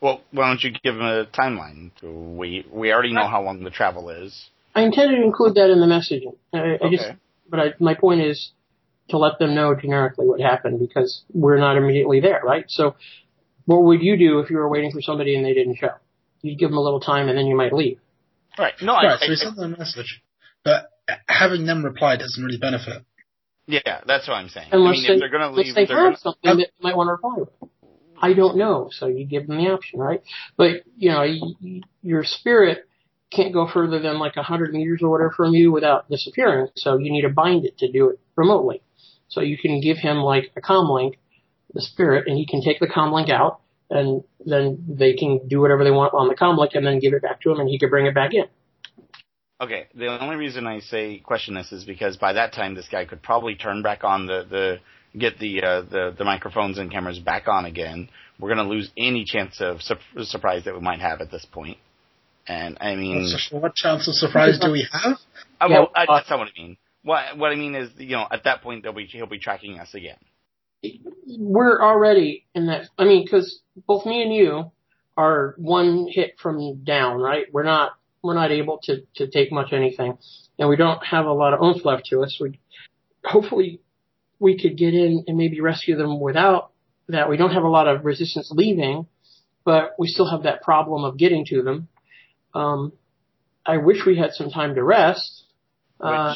[SPEAKER 3] Well, why don't you give them a timeline? We we already know how long the travel is.
[SPEAKER 4] I intended to include that in the messaging. I, I just,
[SPEAKER 3] Okay.
[SPEAKER 4] but I, my point is to let them know generically what happened because we're not immediately there, right? So, what would you do if you were waiting for somebody and they didn't show? You'd give them a little time and then you might leave.
[SPEAKER 3] Right. No, I,
[SPEAKER 2] Right, so
[SPEAKER 3] I-
[SPEAKER 2] we sent them a message, but having them reply doesn't really benefit.
[SPEAKER 3] yeah, that's what I'm saying. I
[SPEAKER 4] Unless
[SPEAKER 3] mean,
[SPEAKER 4] they,
[SPEAKER 3] if they're gonna
[SPEAKER 4] unless
[SPEAKER 3] leave,
[SPEAKER 4] they
[SPEAKER 3] they're
[SPEAKER 4] have
[SPEAKER 3] gonna,
[SPEAKER 4] something that you might want to reply with. I don't know, so you give them the option, right? But you know, y y your spirit can't go further than like a hundred meters or whatever from you without disappearing. So you need to bind it to do it remotely. So you can give him like a comm link, the spirit, and he can take the comm link out, and then they can do whatever they want on the comm link, and then give it back to him, and he can bring it back in.
[SPEAKER 3] Okay, the only reason I say question this is because by that time this guy could probably turn back on the the get the uh, the the microphones and cameras back on again. We're gonna lose any chance of sur- surprise that we might have at this point. And I mean,
[SPEAKER 2] So what chance of surprise do we have?
[SPEAKER 3] I,
[SPEAKER 4] Yeah,
[SPEAKER 3] Oh, well, I,
[SPEAKER 4] uh,
[SPEAKER 3] that's not what I mean. What what I mean is, you know, at that point they'll be he'll be tracking us again.
[SPEAKER 4] we're already in that. I mean, because both me and you are one hit from down, right? We're not we're not able to to take much anything, and we don't have a lot of oomph left to us. We hopefully we could get in and maybe rescue them without that. We don't have a lot of resistance leaving, but we still have that problem of getting to them. Um, I wish we had some time to rest.
[SPEAKER 3] Which,
[SPEAKER 4] Uh,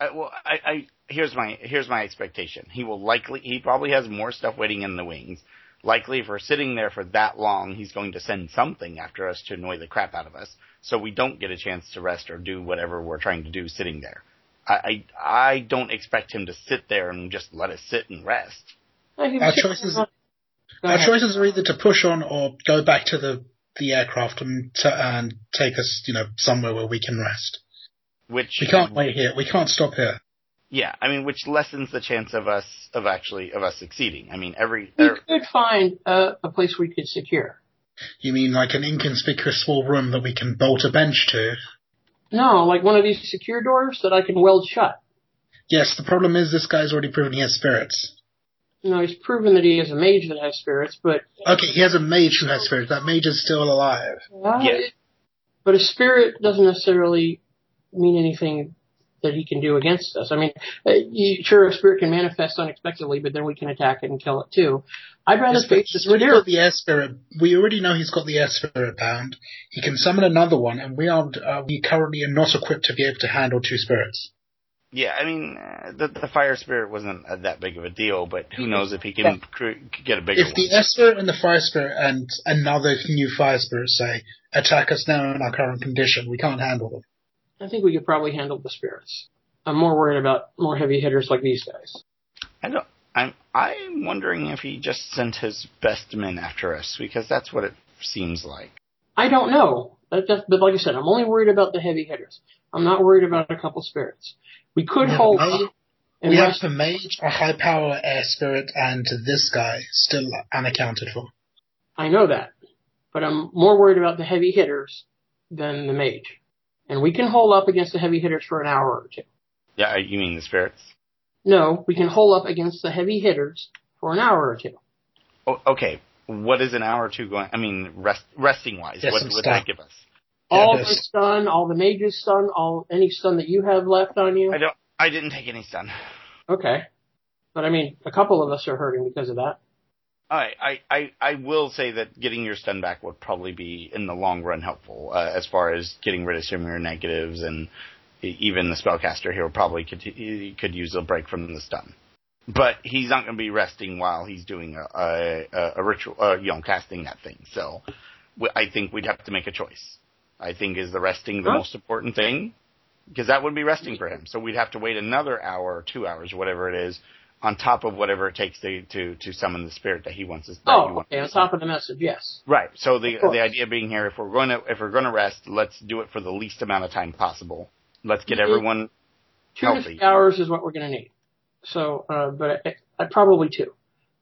[SPEAKER 3] I, well, I, I here's my here's my expectation. He will likely he probably has more stuff waiting in the wings. Likely, if we're sitting there for that long, he's going to send something after us to annoy the crap out of us, so we don't get a chance to rest or do whatever we're trying to do sitting there. I I, I don't expect him to sit there and just let us sit and rest.
[SPEAKER 4] I think
[SPEAKER 2] our
[SPEAKER 4] we should-
[SPEAKER 2] choices-
[SPEAKER 4] Go
[SPEAKER 2] Our
[SPEAKER 4] ahead.
[SPEAKER 2] choices are either to push on or go back to the, the aircraft and, t and take us, you know, somewhere where we can rest.
[SPEAKER 3] Which
[SPEAKER 2] We can't wait here. We can't stop here.
[SPEAKER 3] Yeah, I mean, which lessens the chance of us of actually of us succeeding. I mean, every
[SPEAKER 4] we
[SPEAKER 3] er,
[SPEAKER 4] could find uh, a place we could secure.
[SPEAKER 2] You mean like an inconspicuous small room that we can bolt a bench to?
[SPEAKER 4] No, like one of these secure doors that I can weld shut.
[SPEAKER 2] Yes, the problem is this guy's already proven he has spirits.
[SPEAKER 4] You know, he's proven that he is a mage that has spirits, but
[SPEAKER 2] Okay, he has a mage who has spirits. That mage is still alive.
[SPEAKER 4] uh,
[SPEAKER 3] Yeah.
[SPEAKER 4] it- but a spirit doesn't necessarily mean anything that he can do against us. I mean, uh, you, sure, a spirit can manifest unexpectedly, but then we can attack it and kill it too. I'd rather
[SPEAKER 2] He's,
[SPEAKER 4] face the
[SPEAKER 2] he's already got
[SPEAKER 4] spirit.
[SPEAKER 2] the air spirit. We already know he's got the air spirit bound. He can summon another one, and we are uh, we currently are not equipped to be able to handle two spirits.
[SPEAKER 3] yeah, I mean, uh, the, the fire spirit wasn't uh, that big of a deal, but who knows if he can cre- get a bigger
[SPEAKER 2] If the
[SPEAKER 3] one?
[SPEAKER 2] air spirit and the fire spirit and another new fire spirit say attack us now in our current condition, we can't handle them.
[SPEAKER 4] I think we could probably handle the spirits. I'm more worried about more heavy hitters like these guys.
[SPEAKER 3] I don't. I'm I'm wondering if he just sent his best men after us because that's what it seems like.
[SPEAKER 4] I don't know. That, that, but like I said, I'm only worried about the heavy hitters. I'm not worried about a couple spirits. We could
[SPEAKER 2] Yeah,
[SPEAKER 4] hold
[SPEAKER 2] I-
[SPEAKER 4] and
[SPEAKER 2] we have
[SPEAKER 4] rest
[SPEAKER 2] the mage, a high power air spirit, and this guy still unaccounted for.
[SPEAKER 4] I know that, but I'm more worried about the heavy hitters than the mage. And we can hole up against the heavy hitters for an hour or two.
[SPEAKER 3] Yeah, uh, you mean the spirits?
[SPEAKER 4] No, we can hole up against the heavy hitters for an hour or two.
[SPEAKER 3] Oh, okay. What is an hour or two going? I mean, rest resting wise,
[SPEAKER 2] Yes,
[SPEAKER 3] what
[SPEAKER 2] some
[SPEAKER 3] would
[SPEAKER 2] stuff.
[SPEAKER 3] that give us?
[SPEAKER 2] Yeah,
[SPEAKER 4] all the
[SPEAKER 2] there's-
[SPEAKER 4] stun, all the mage's stun, all any stun that you have left on you.
[SPEAKER 3] I don't. I didn't take any stun.
[SPEAKER 4] Okay, but I mean, a couple of us are hurting because of that.
[SPEAKER 3] I, I, I, I will say that getting your stun back would probably be in the long run helpful uh, as far as getting rid of some of your negatives and e- even the spellcaster here probably could he could use a break from the stun, but he's not going to be resting while he's doing a a, a, a ritual uh, you know casting that thing. So we- I think we'd have to make a choice. I think is the resting the
[SPEAKER 4] Huh?
[SPEAKER 3] most important thing because that would be resting for him. So we'd have to wait another hour, two hours, whatever it is, on top of whatever it takes to to, to summon the spirit that he wants. Us, that you
[SPEAKER 4] Oh,
[SPEAKER 3] want
[SPEAKER 4] okay. On top of the message, yes.
[SPEAKER 3] Right. So the
[SPEAKER 4] Of course.
[SPEAKER 3] the idea being here, if we're going to if we're going to rest, let's do it for the least amount of time possible. Let's get
[SPEAKER 4] Mhm.
[SPEAKER 3] everyone.
[SPEAKER 4] Two to
[SPEAKER 3] Healthy.
[SPEAKER 4] three hours is what we're going to need. So, uh, but I, I, probably two.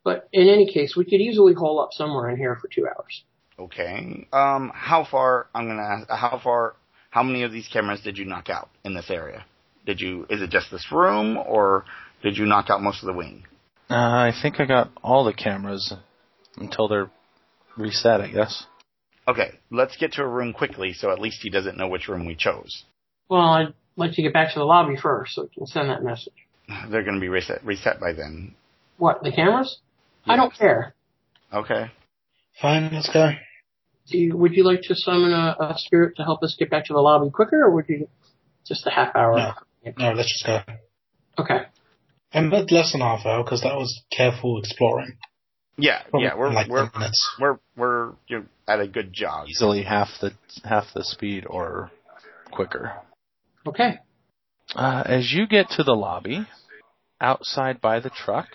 [SPEAKER 4] But in any case, we could easily hole up somewhere in here for two hours.
[SPEAKER 3] Okay. Um. How far? I'm gonna ask. How far? How many of these cameras did you knock out in this area? Did you? Is it just this room, or did you knock out most of the wing?
[SPEAKER 1] Uh, I think I got all the cameras until they're reset, I guess.
[SPEAKER 3] Okay. Let's get to a room quickly, so at least he doesn't know which room we chose.
[SPEAKER 4] Well, I'd like to get back to the lobby first so we can send that message.
[SPEAKER 3] They're gonna be reset reset by then.
[SPEAKER 4] What, the cameras? I don't care.
[SPEAKER 3] Okay.
[SPEAKER 2] Fine, let's go.
[SPEAKER 4] Do you, would you like to summon a, a spirit to help us get back to the lobby quicker, or would you just a half hour?
[SPEAKER 2] No. No, let's just go.
[SPEAKER 4] Okay.
[SPEAKER 2] And that's less than half hour because that was careful exploring.
[SPEAKER 3] Yeah.
[SPEAKER 4] Oh,
[SPEAKER 3] Yeah. We're
[SPEAKER 2] like
[SPEAKER 3] we're
[SPEAKER 2] 10 minutes.
[SPEAKER 3] we're we're you're at a good jog.
[SPEAKER 1] Easily half the half the speed or quicker.
[SPEAKER 4] Okay.
[SPEAKER 1] Uh, as you get to the lobby, outside by the truck,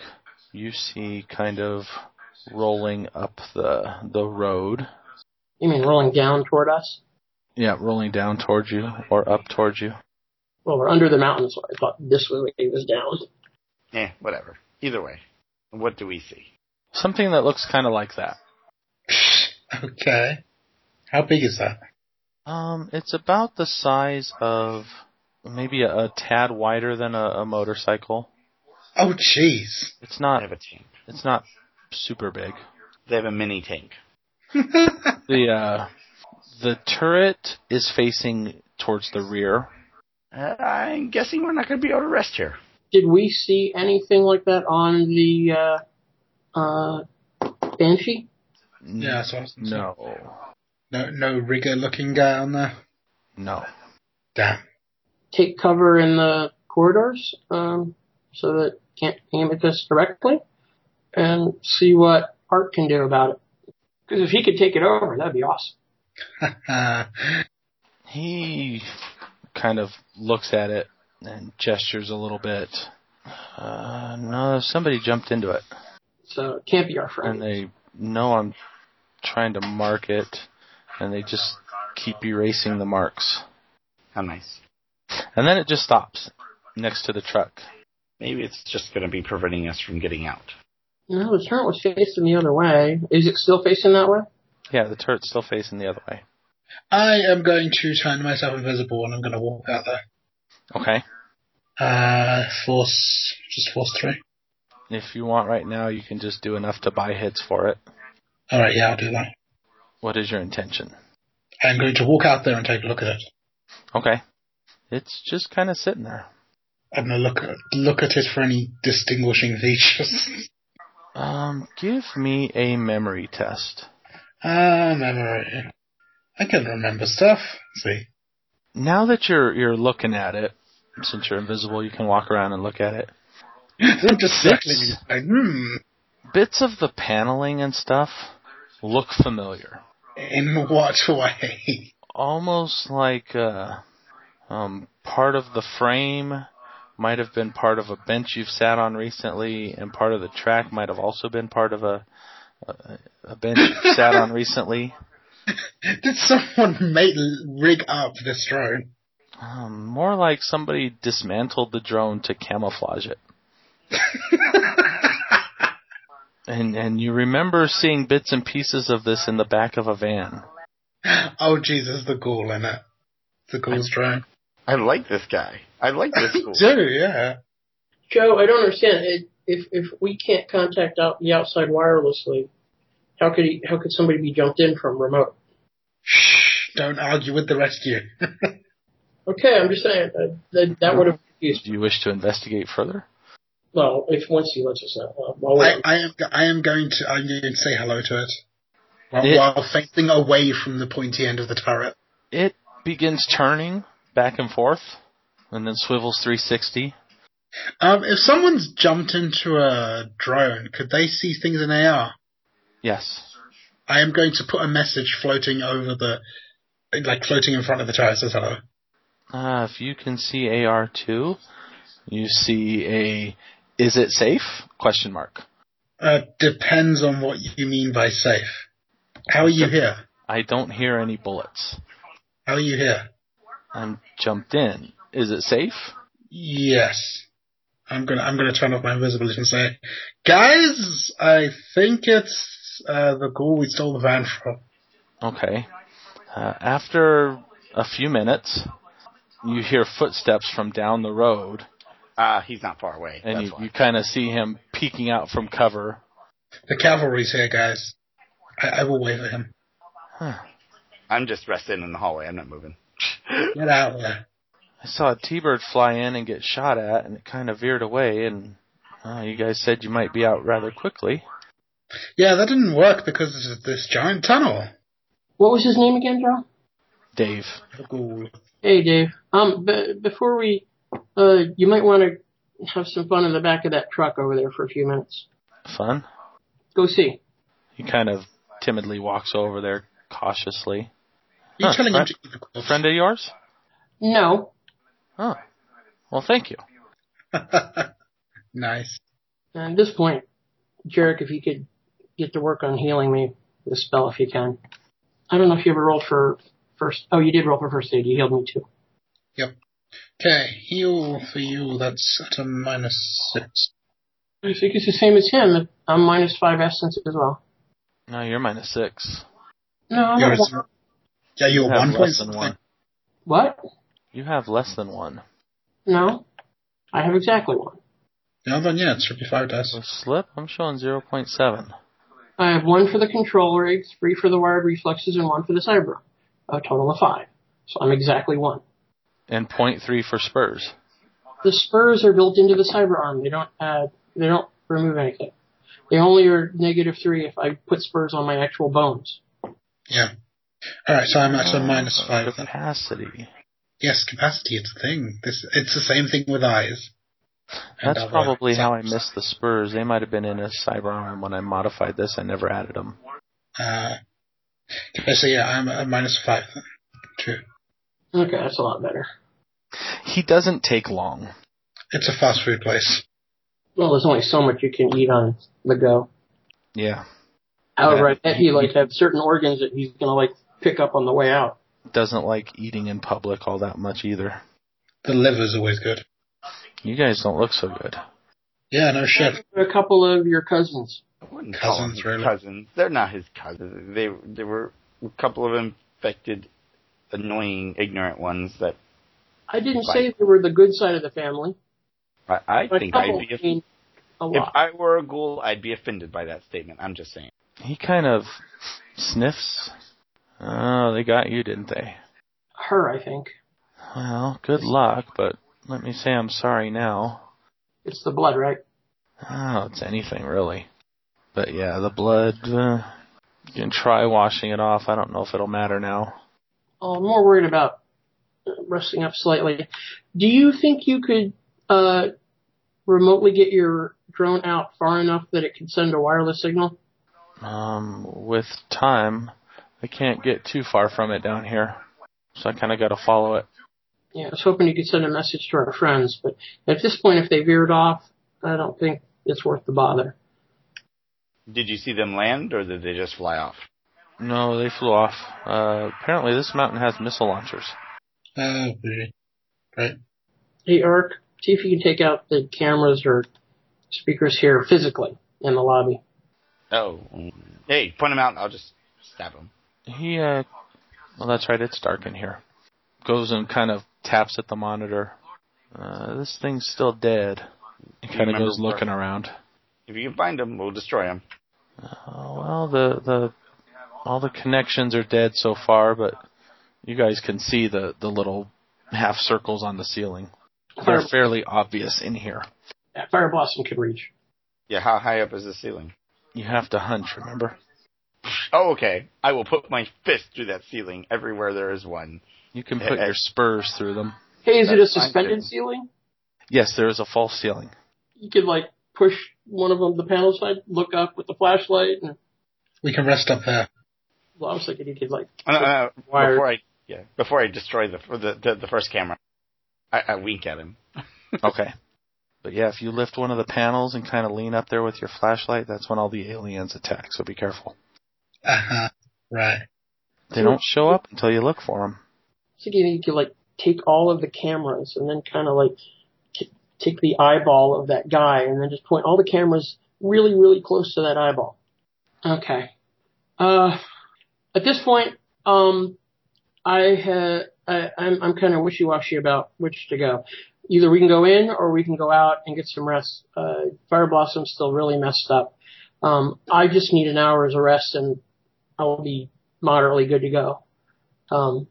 [SPEAKER 1] you see kind of rolling up the the road.
[SPEAKER 4] You mean rolling down toward us?
[SPEAKER 1] Yeah, rolling down towards you or up towards you.
[SPEAKER 4] Well, we're under the mountain, so I thought this way was down.
[SPEAKER 3] Eh, whatever. Either way, what do we see?
[SPEAKER 1] Something that looks kind of like that.
[SPEAKER 2] okay. How big is that?
[SPEAKER 1] Um, it's about the size of maybe a, a tad wider than a, a motorcycle.
[SPEAKER 2] Oh, jeez.
[SPEAKER 1] It's
[SPEAKER 3] They
[SPEAKER 1] not.
[SPEAKER 3] have a tank.
[SPEAKER 1] It's not super big.
[SPEAKER 3] They have a mini tank.
[SPEAKER 1] The uh, the turret is facing towards the rear.
[SPEAKER 3] Uh, I'm guessing we're not going to be able to rest here.
[SPEAKER 4] Did we see anything like that on the uh, uh, Banshee?
[SPEAKER 1] N-
[SPEAKER 2] yeah, so
[SPEAKER 1] No.
[SPEAKER 2] no, no rigger looking guy on there.
[SPEAKER 1] No.
[SPEAKER 2] Damn.
[SPEAKER 4] Take cover in the corridors um, so that it can't aim at this directly, and see what Art can do about it. Because if he could take it over, that'd be awesome.
[SPEAKER 2] Uh,
[SPEAKER 1] He kind of looks at it and gestures a little bit. Uh, no, somebody jumped into it,
[SPEAKER 4] So it can't be our
[SPEAKER 1] and
[SPEAKER 4] friend.
[SPEAKER 1] they know I'm trying to mark it, and they just keep erasing the marks.
[SPEAKER 3] How nice.
[SPEAKER 1] And then it just stops next to the truck.
[SPEAKER 3] Maybe it's just going to be preventing us from getting out.
[SPEAKER 4] No, the turret was facing the other way. Is it still facing that way?
[SPEAKER 1] Yeah, the turret's still facing the other way.
[SPEAKER 2] I am going to turn myself invisible and I'm going to walk out there.
[SPEAKER 1] Okay.
[SPEAKER 2] Uh, force, just force three.
[SPEAKER 1] If you want right now, you can just do enough to buy hits for it.
[SPEAKER 2] Alright, yeah, I'll do that.
[SPEAKER 1] What is your intention?
[SPEAKER 2] I'm going to walk out there and take a look at it.
[SPEAKER 1] Okay. It's just kind of sitting there.
[SPEAKER 2] I'm going to look at, look at it for any distinguishing features.
[SPEAKER 1] Um, give me a memory test.
[SPEAKER 2] Ah, memory. I can remember stuff. See.
[SPEAKER 1] Now that you're you're looking at it, since you're invisible, you can walk around and look at it.
[SPEAKER 2] I'm just
[SPEAKER 1] Six.
[SPEAKER 2] circling you, like, hmm.
[SPEAKER 1] Bits of the paneling and stuff look familiar,
[SPEAKER 2] In what way?
[SPEAKER 1] almost like uh, um, part of the frame might have been part of a bench you've sat on recently, and part of the track might have also been part of a a, a bench you've sat on recently.
[SPEAKER 2] Did someone make rig up this drone?
[SPEAKER 1] Um, more like somebody dismantled the drone to camouflage it. And and you remember seeing bits and pieces of this in the back of a van.
[SPEAKER 2] oh Jesus, the ghoul in it. The ghoul's drone.
[SPEAKER 3] I like this guy. I like this school.
[SPEAKER 2] Do yeah.
[SPEAKER 4] Joe, I don't understand. It, if if we can't contact out the outside wirelessly, how could he, how could somebody be jumped in from remote?
[SPEAKER 2] Shh! Don't argue with the rescue.
[SPEAKER 4] Okay, I'm just saying uh, that that would have confused.
[SPEAKER 1] Do you wish to investigate further?
[SPEAKER 4] Well, if once he lets us know. Well, while we're
[SPEAKER 2] I,
[SPEAKER 4] on-
[SPEAKER 2] I am I am going to I'm going to say hello to it while,
[SPEAKER 1] It-
[SPEAKER 2] while facing away from the pointy end of the turret.
[SPEAKER 1] It begins turning back and forth, and then swivels 360.
[SPEAKER 2] Um, if someone's jumped into a drone, could they see things in AR?
[SPEAKER 1] Yes.
[SPEAKER 2] I am going to put a message floating over the, like floating in front of the turret that says hello.
[SPEAKER 1] Uh, if you can see AR2, you see a is it safe? question mark.
[SPEAKER 2] Uh, depends on what you mean by safe. How are you here?
[SPEAKER 1] I don't hear any bullets.
[SPEAKER 2] How are you here?
[SPEAKER 1] I'm jumped in. Is it safe?
[SPEAKER 2] Yes. I'm gonna I'm gonna turn off my invisibility and say, guys, I think it's uh, the ghoul we stole the van from.
[SPEAKER 1] Okay. Uh, after a few minutes, you hear footsteps from down the road,
[SPEAKER 3] Uh, he's not far away.
[SPEAKER 1] and
[SPEAKER 3] that's
[SPEAKER 1] you,
[SPEAKER 3] why.
[SPEAKER 1] you kind of see him peeking out from cover.
[SPEAKER 2] The cavalry's here, guys. I, I will wait for him.
[SPEAKER 1] Huh.
[SPEAKER 3] I'm just resting in the hallway. I'm not moving.
[SPEAKER 2] Get out of there.
[SPEAKER 1] I saw a T-bird fly in and get shot at, and it kind of veered away. And uh, you guys said you might be out rather quickly.
[SPEAKER 2] Yeah, that didn't work because of this giant tunnel.
[SPEAKER 4] What was his name again, John?
[SPEAKER 1] Dave,
[SPEAKER 2] The ghoul.
[SPEAKER 4] Hey, Dave. Um, b- before we, uh, you might want to have some fun in the back of that truck over there for a few minutes.
[SPEAKER 1] fun.
[SPEAKER 4] Go see.
[SPEAKER 1] He kind of timidly walks over there cautiously.
[SPEAKER 2] Are you
[SPEAKER 1] Huh,
[SPEAKER 2] telling
[SPEAKER 1] right.
[SPEAKER 2] him to eat the
[SPEAKER 1] A
[SPEAKER 2] corpse?
[SPEAKER 1] friend of yours?
[SPEAKER 4] No,
[SPEAKER 1] Oh. Well, thank you.
[SPEAKER 2] nice.
[SPEAKER 4] at this point, Jarek, if you could get to work on healing me with a spell if you can. I don't know if you ever rolled for first. Oh, you did roll for first aid. You healed me too.
[SPEAKER 2] Okay, heal for you. That's at a minus six.
[SPEAKER 4] I think it's the same as him. I'm minus five essence as well.
[SPEAKER 1] No, you're minus six.
[SPEAKER 4] No, I'm
[SPEAKER 2] You're
[SPEAKER 4] not.
[SPEAKER 2] a zero. yeah, you're
[SPEAKER 1] You have
[SPEAKER 2] one point
[SPEAKER 1] less than
[SPEAKER 2] something.
[SPEAKER 1] one.
[SPEAKER 4] What?
[SPEAKER 1] You have less than one.
[SPEAKER 4] No, I have exactly one.
[SPEAKER 2] No, then yeah, it should be five dice.
[SPEAKER 1] So slip, I'm showing 0.7.
[SPEAKER 4] I have one for the control rig, three for the wired reflexes, and one for the cyber. A total of five. So I'm exactly one.
[SPEAKER 1] And 0.3 for Spurs.
[SPEAKER 4] The spurs are built into the cyber arm. They don't add, they don't remove anything. They only are negative three if I put spurs on my actual bones.
[SPEAKER 2] Yeah. Alright, so I'm at a minus
[SPEAKER 1] Uh,
[SPEAKER 2] five then.
[SPEAKER 1] Capacity.
[SPEAKER 2] Yes, capacity, it's a thing. This It's the same thing with eyes. And
[SPEAKER 1] That's
[SPEAKER 2] other
[SPEAKER 1] probably how I
[SPEAKER 2] senses.
[SPEAKER 1] missed the Spurs. They might have been in a cyber arm when I modified this. I never added them.
[SPEAKER 2] Uh, okay, so yeah, I'm at a minus five then. Two.
[SPEAKER 4] Okay, that's a lot better.
[SPEAKER 1] He doesn't take long.
[SPEAKER 2] It's a fast food place.
[SPEAKER 4] Well, there's only so much you can eat on the go.
[SPEAKER 1] Yeah.
[SPEAKER 4] However, I bet he like have certain organs that he's gonna like pick up on the way out.
[SPEAKER 1] Doesn't like eating in public all that much either.
[SPEAKER 2] The liver's always good.
[SPEAKER 1] You guys don't look so good.
[SPEAKER 2] Yeah, no shit.
[SPEAKER 4] A couple of your cousins.
[SPEAKER 3] I wouldn't call them
[SPEAKER 2] Cousins,
[SPEAKER 3] his
[SPEAKER 2] really.
[SPEAKER 3] cousins. They're not his cousins. They they were a couple of infected, annoying, ignorant ones that
[SPEAKER 4] I didn't
[SPEAKER 3] Right.
[SPEAKER 4] say they were the good side of the family.
[SPEAKER 3] I, I
[SPEAKER 4] but
[SPEAKER 3] think
[SPEAKER 4] a
[SPEAKER 3] I'd
[SPEAKER 4] couple
[SPEAKER 3] be. If,
[SPEAKER 4] mean a
[SPEAKER 3] if
[SPEAKER 4] lot.
[SPEAKER 3] I were a ghoul, I'd be offended by that statement. I'm just saying.
[SPEAKER 1] He kind of sniffs. Oh, they got you, didn't they?
[SPEAKER 4] Her, I think.
[SPEAKER 1] Well, good luck, but let me say I'm sorry now.
[SPEAKER 4] It's the blood, right?
[SPEAKER 1] Oh, it's anything really. But yeah, the blood. Uh, you can try washing it off. I don't know if it'll matter now.
[SPEAKER 4] Oh, I'm more worried about uh, rusting up slightly. Do you think you could uh, remotely get your drone out far enough that it could send a wireless signal?
[SPEAKER 1] Um, with time, I can't get too far from it down here, so I kind of got to follow it.
[SPEAKER 4] Yeah, I was hoping you could send a message to our friends, but at this point, if they veered off, I don't think it's worth the bother.
[SPEAKER 3] Did you see them land, or did they just fly off?
[SPEAKER 1] No, they flew off. Uh, apparently this mountain has missile launchers.
[SPEAKER 2] Oh, really? Right.
[SPEAKER 4] Hey, Ark, see if you can take out the cameras or speakers here physically in the lobby.
[SPEAKER 3] Oh, hey, point them out. and I'll just stab them.
[SPEAKER 1] He, uh, well, that's right. It's dark in here. Goes and kind of taps at the monitor. Uh, this thing's still dead. He kind of
[SPEAKER 3] Remember
[SPEAKER 1] goes
[SPEAKER 3] where-
[SPEAKER 1] looking around.
[SPEAKER 3] If you can find them, we'll destroy them.
[SPEAKER 1] Oh, well, the the all the connections are dead so far, but you guys can see the the little half circles on the ceiling. They're fairly obvious in here.
[SPEAKER 4] Fire Blossom could reach.
[SPEAKER 3] Yeah, how high up is the ceiling?
[SPEAKER 1] You have to hunch, remember?
[SPEAKER 3] Oh, okay. I will put my fist through that ceiling everywhere there is one.
[SPEAKER 1] You can put
[SPEAKER 3] Yeah.
[SPEAKER 1] your spurs through them.
[SPEAKER 4] Hey, is it a
[SPEAKER 3] That's fine,
[SPEAKER 4] suspended
[SPEAKER 3] too.
[SPEAKER 4] ceiling?
[SPEAKER 1] Yes, there is a false ceiling.
[SPEAKER 4] You could like push one of them the panel side, look up with the flashlight, and
[SPEAKER 2] We can rest up there.
[SPEAKER 4] well, I was thinking you could like
[SPEAKER 3] Uh, uh,
[SPEAKER 4] Wire.
[SPEAKER 3] before I yeah, before I destroy the the the, the first camera, I, I wink at him.
[SPEAKER 1] Okay. But yeah, if you lift one of the panels and kind of lean up there with your flashlight, that's when all the aliens attack, so be careful.
[SPEAKER 2] Uh huh. Right.
[SPEAKER 1] They don't show up until you look for them.
[SPEAKER 4] thinking you could like take all of the cameras and then kind of like t- take the eyeball of that guy and then just point all the cameras really, really close to that eyeball. Okay. Uh, at this point, um, I ha I, I'm, I'm kind of wishy-washy about which to go. Either we can go in or we can go out and get some rest. Uh, Fire Blossom's still really messed up. Um, I just need an hour's rest and I'll be moderately good to go. Um,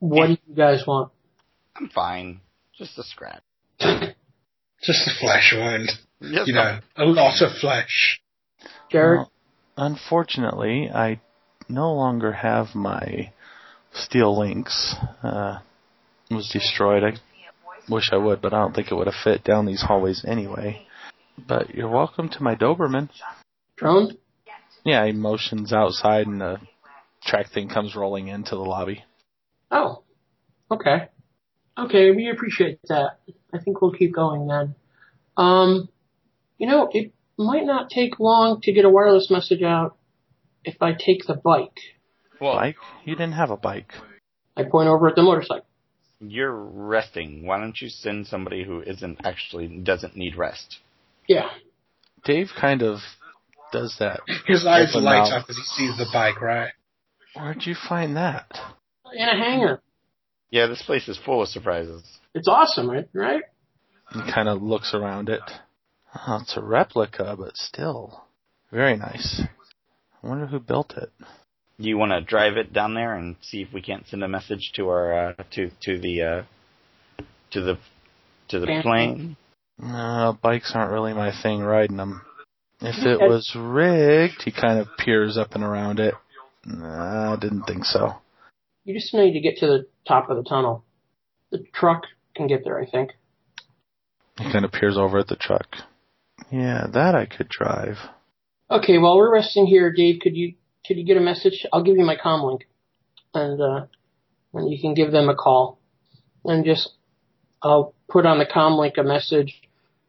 [SPEAKER 4] what do you guys want?
[SPEAKER 3] I'm fine, just a scratch.
[SPEAKER 2] Just a flesh wound.
[SPEAKER 3] Just
[SPEAKER 2] You
[SPEAKER 3] a-
[SPEAKER 2] know, a lot of flesh.
[SPEAKER 4] Jared?
[SPEAKER 1] Well, unfortunately, I no longer have my steel links. Uh, it was destroyed. I wish I would, but I don't think it would have fit down these hallways anyway. But you're welcome to my Doberman.
[SPEAKER 4] Drone?
[SPEAKER 1] Yeah, he motions outside, and the track thing comes rolling into the lobby.
[SPEAKER 4] Oh. Okay. Okay, we appreciate that. I think we'll keep going then. Um, you know, it might not take long to get a wireless message out if I take the bike.
[SPEAKER 3] well,
[SPEAKER 1] Bike? You didn't have a bike.
[SPEAKER 4] I point over at the motorcycle.
[SPEAKER 3] you're resting. Why don't you send somebody who isn't actually doesn't need rest?
[SPEAKER 4] Yeah.
[SPEAKER 1] Dave kind of does that.
[SPEAKER 2] His eyes
[SPEAKER 1] Open
[SPEAKER 2] light
[SPEAKER 1] mouth.
[SPEAKER 2] up as he sees the bike, right?
[SPEAKER 1] Where'd you find that?
[SPEAKER 4] In a hangar.
[SPEAKER 3] Yeah, this place is full of surprises.
[SPEAKER 4] It's awesome, right? Right?
[SPEAKER 1] And kind of looks around it. Oh, it's a replica, but still. Very nice. I wonder who built it.
[SPEAKER 3] You want to drive it down there and see if we can't send a message to our uh, to to the uh, to the to the
[SPEAKER 4] Fan.
[SPEAKER 3] plane.
[SPEAKER 1] No, Uh, bikes aren't really my thing riding them. If it
[SPEAKER 4] Okay.
[SPEAKER 1] was rigged, he kind of peers up and around it. Nah, I didn't think so.
[SPEAKER 4] You just need to get to the top of the tunnel. The truck can get there, I think.
[SPEAKER 1] He kind of peers over at the truck. Yeah, that I could drive.
[SPEAKER 4] Okay, while we're resting here, Dave, could you could you get a message? I'll give you my com link, and uh, and you can give them a call, and just I'll put on the com link a message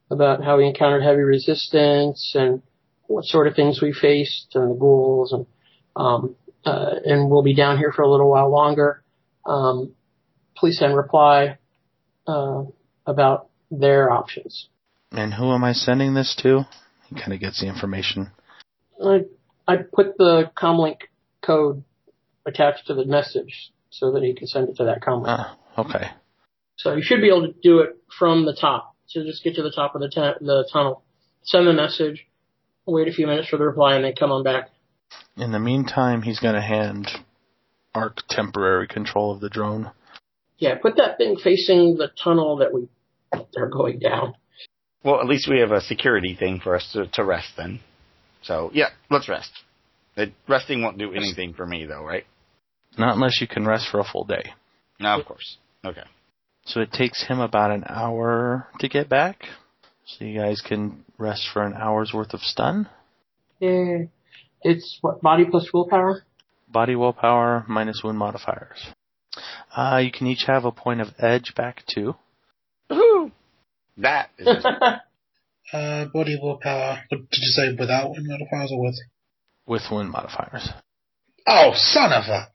[SPEAKER 4] about how we encountered heavy resistance and what sort of things we faced and the ghouls and um, uh, and we'll be down here for a little while longer. Um, please send reply uh, about their options.
[SPEAKER 1] And who am I sending this to? He kind of gets the information.
[SPEAKER 4] I I put the comlink code attached to the message so that he can send it to that comlink.
[SPEAKER 1] Ah, okay.
[SPEAKER 4] So you should be able to do it from the top. So just get to the top of the tu- the tunnel, send the message, wait a few minutes for the reply, and then come on back.
[SPEAKER 1] In the meantime, he's going to hand Ark temporary control of the drone.
[SPEAKER 4] Yeah, put that thing facing the tunnel that we are going down.
[SPEAKER 3] Well, at least we have a security thing for us to, to rest then. So yeah, let's rest. It, resting won't do anything for me though, right?
[SPEAKER 1] Not unless you can rest for a full day.
[SPEAKER 3] No, of course. Okay.
[SPEAKER 1] So it takes him about an hour to get back. So you guys can rest for an hour's worth of stun.
[SPEAKER 4] Yeah, it's what body plus willpower.
[SPEAKER 1] Body willpower minus wound modifiers. Uh, you can each have a point of edge back too.
[SPEAKER 3] Woohoo! That is
[SPEAKER 2] Uh, body willpower. What Did you say without wind modifiers or with?
[SPEAKER 1] with wound modifiers.
[SPEAKER 2] Oh, son of a!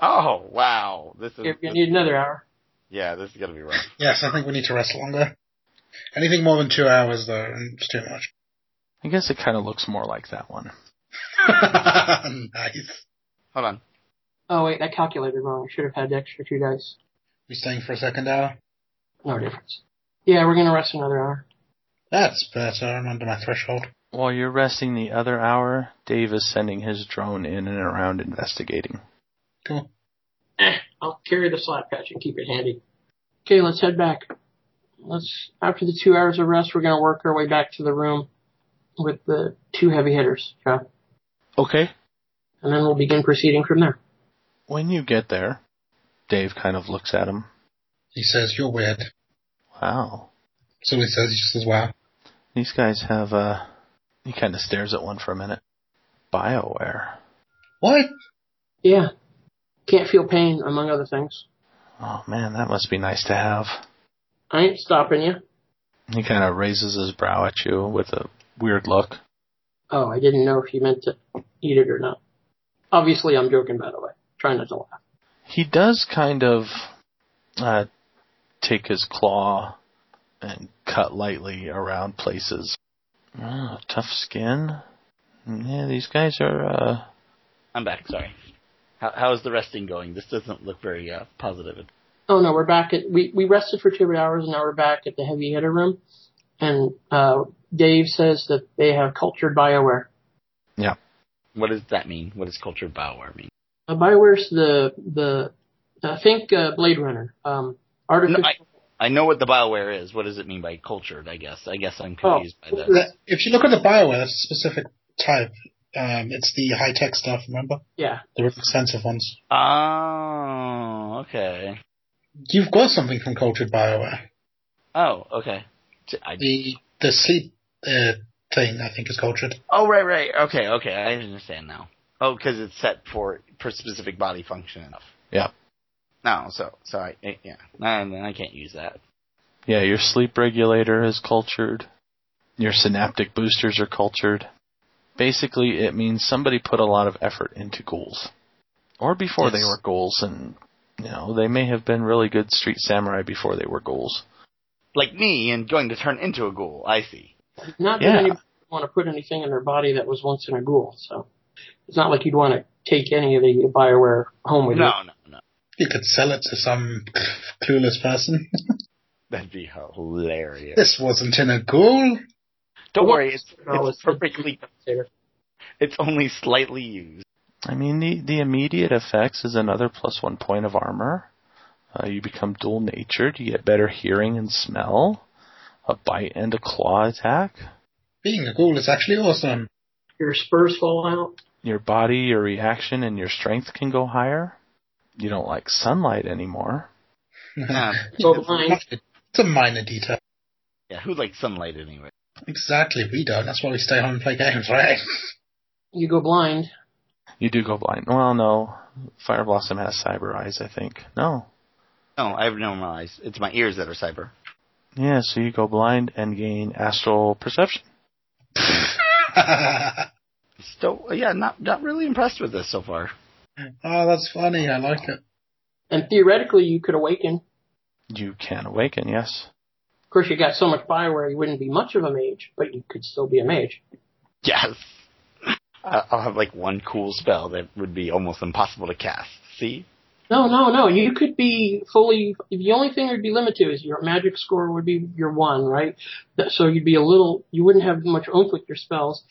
[SPEAKER 3] oh wow. This is
[SPEAKER 4] You're gonna need another hour.
[SPEAKER 3] yeah. This is gonna be rough.
[SPEAKER 2] Yes, I think we need to rest longer. Anything more than two hours, though, and it's too much.
[SPEAKER 1] I guess it kind of looks more like that one.
[SPEAKER 2] nice.
[SPEAKER 3] Hold on.
[SPEAKER 4] Oh wait, I calculated wrong. I should have had extra two dice.
[SPEAKER 2] We staying for a second hour?
[SPEAKER 4] No difference. Yeah, we're gonna rest another hour.
[SPEAKER 2] That's better. I'm under my threshold.
[SPEAKER 1] While you're resting the other hour, Dave is sending his drone in and around investigating.
[SPEAKER 2] Cool.
[SPEAKER 4] eh, I'll carry the slot patch and keep it handy. Okay, let's head back. Let's after the two hours of rest, we're gonna work our way back to the room with the two heavy hitters, okay?
[SPEAKER 1] Okay.
[SPEAKER 4] and then we'll begin proceeding from there.
[SPEAKER 1] When you get there, Dave kind of looks at him.
[SPEAKER 2] He says, You're weird.
[SPEAKER 1] Wow.
[SPEAKER 2] So he says, He just says, Wow.
[SPEAKER 1] These guys have, uh, he kind of stares at one for a minute. BioWare.
[SPEAKER 2] What?
[SPEAKER 4] Yeah, can't feel pain among other things.
[SPEAKER 1] Oh man, that must be nice to have.
[SPEAKER 4] I ain't stopping you.
[SPEAKER 1] He kind of raises his brow at you with a weird look.
[SPEAKER 4] Oh, I didn't know if you meant to eat it or not. Obviously, I'm joking, by the way. Try not to laugh.
[SPEAKER 1] He does kind of uh, take his claw and cut lightly around places. Ah, tough skin. Yeah, these guys are. Uh,
[SPEAKER 3] I'm back. Sorry. How, how is the resting going? This doesn't look very uh, positive.
[SPEAKER 4] Oh no, we're back at we we rested for two hours, and now we're back at the heavy hitter room. And uh, Dave says that they have cultured Bioware.
[SPEAKER 3] What does that mean? What does culture Bioware mean?
[SPEAKER 4] Uh, Bioware's the the I think uh, Blade Runner, um, artificial.
[SPEAKER 3] No, I- I know what the Bioware is. What does it mean by cultured? I guess. I guess I'm
[SPEAKER 4] Oh,
[SPEAKER 3] confused by this.
[SPEAKER 2] That- If you look at the Bioware, that's a specific type. Um, it's the high tech stuff, remember?
[SPEAKER 4] yeah,
[SPEAKER 2] The real expensive ones.
[SPEAKER 3] Oh, okay.
[SPEAKER 2] You've got something from Cultured eh? Bioware.
[SPEAKER 3] Oh, okay. T- I-
[SPEAKER 2] The the sleep uh, thing, I think, is cultured.
[SPEAKER 3] oh, right, right. Okay, okay. I understand now. Oh, because it's set for for specific body function enough.
[SPEAKER 1] Yeah.
[SPEAKER 3] No, so so I I- yeah. I, I can't use that.
[SPEAKER 1] yeah, your sleep regulator is cultured. Your synaptic boosters are cultured. Basically, it means somebody put a lot of effort into ghouls, or before they
[SPEAKER 2] Yes.
[SPEAKER 1] were ghouls, and you know they may have been really good street samurai before they were ghouls.
[SPEAKER 3] Like me and going to turn into a ghoul. I see.
[SPEAKER 4] not that
[SPEAKER 1] Yeah.
[SPEAKER 4] anybody would want to put anything in their body that was once in a ghoul. So it's not like you'd want to take any of the Bioware home with you.
[SPEAKER 3] No, no, no.
[SPEAKER 2] You could sell it to some clueless person.
[SPEAKER 3] That'd be hilarious.
[SPEAKER 2] this wasn't in a ghoul.
[SPEAKER 3] Don't worry, it's,
[SPEAKER 4] No,
[SPEAKER 3] it's
[SPEAKER 4] it's-
[SPEAKER 3] perfectly. It's only slightly used.
[SPEAKER 1] I mean, the, the immediate effects is another plus one point of armor. Uh, you become dual natured. You get better hearing and smell. A bite and a claw attack.
[SPEAKER 2] Being a ghoul is actually awesome.
[SPEAKER 4] Your spurs fall out.
[SPEAKER 1] Your body, your reaction, and your strength can go higher. You don't like sunlight anymore.
[SPEAKER 2] Ah.
[SPEAKER 3] Yeah.
[SPEAKER 4] So blind.
[SPEAKER 2] It's a minor detail.
[SPEAKER 3] Yeah, who likes sunlight anyway?
[SPEAKER 2] Exactly, we don't. That's why we stay home and play games, right?
[SPEAKER 4] You go blind.
[SPEAKER 1] You do go blind. Well, no. Fire Blossom has cyber eyes, I think. No.
[SPEAKER 3] No, I have normal eyes. It's my ears that are cyber.
[SPEAKER 1] Yeah, so you go blind and gain astral perception.
[SPEAKER 2] Ah,
[SPEAKER 3] Still, yeah, not not really impressed with this so far.
[SPEAKER 2] oh, that's funny. I like it.
[SPEAKER 4] And theoretically, you could awaken. Of
[SPEAKER 1] You can awaken, yes.
[SPEAKER 4] course, you got so much Bioware, you wouldn't be much of a mage, but you could still be a mage.
[SPEAKER 3] Yes, I- I'll have like one cool spell that would be almost impossible to cast. See,
[SPEAKER 4] No, no, no. You could be fully. The only thing you'd be limited to is your magic score would be your one, right? That- So you'd be a little. You wouldn't have much oomph with your spells,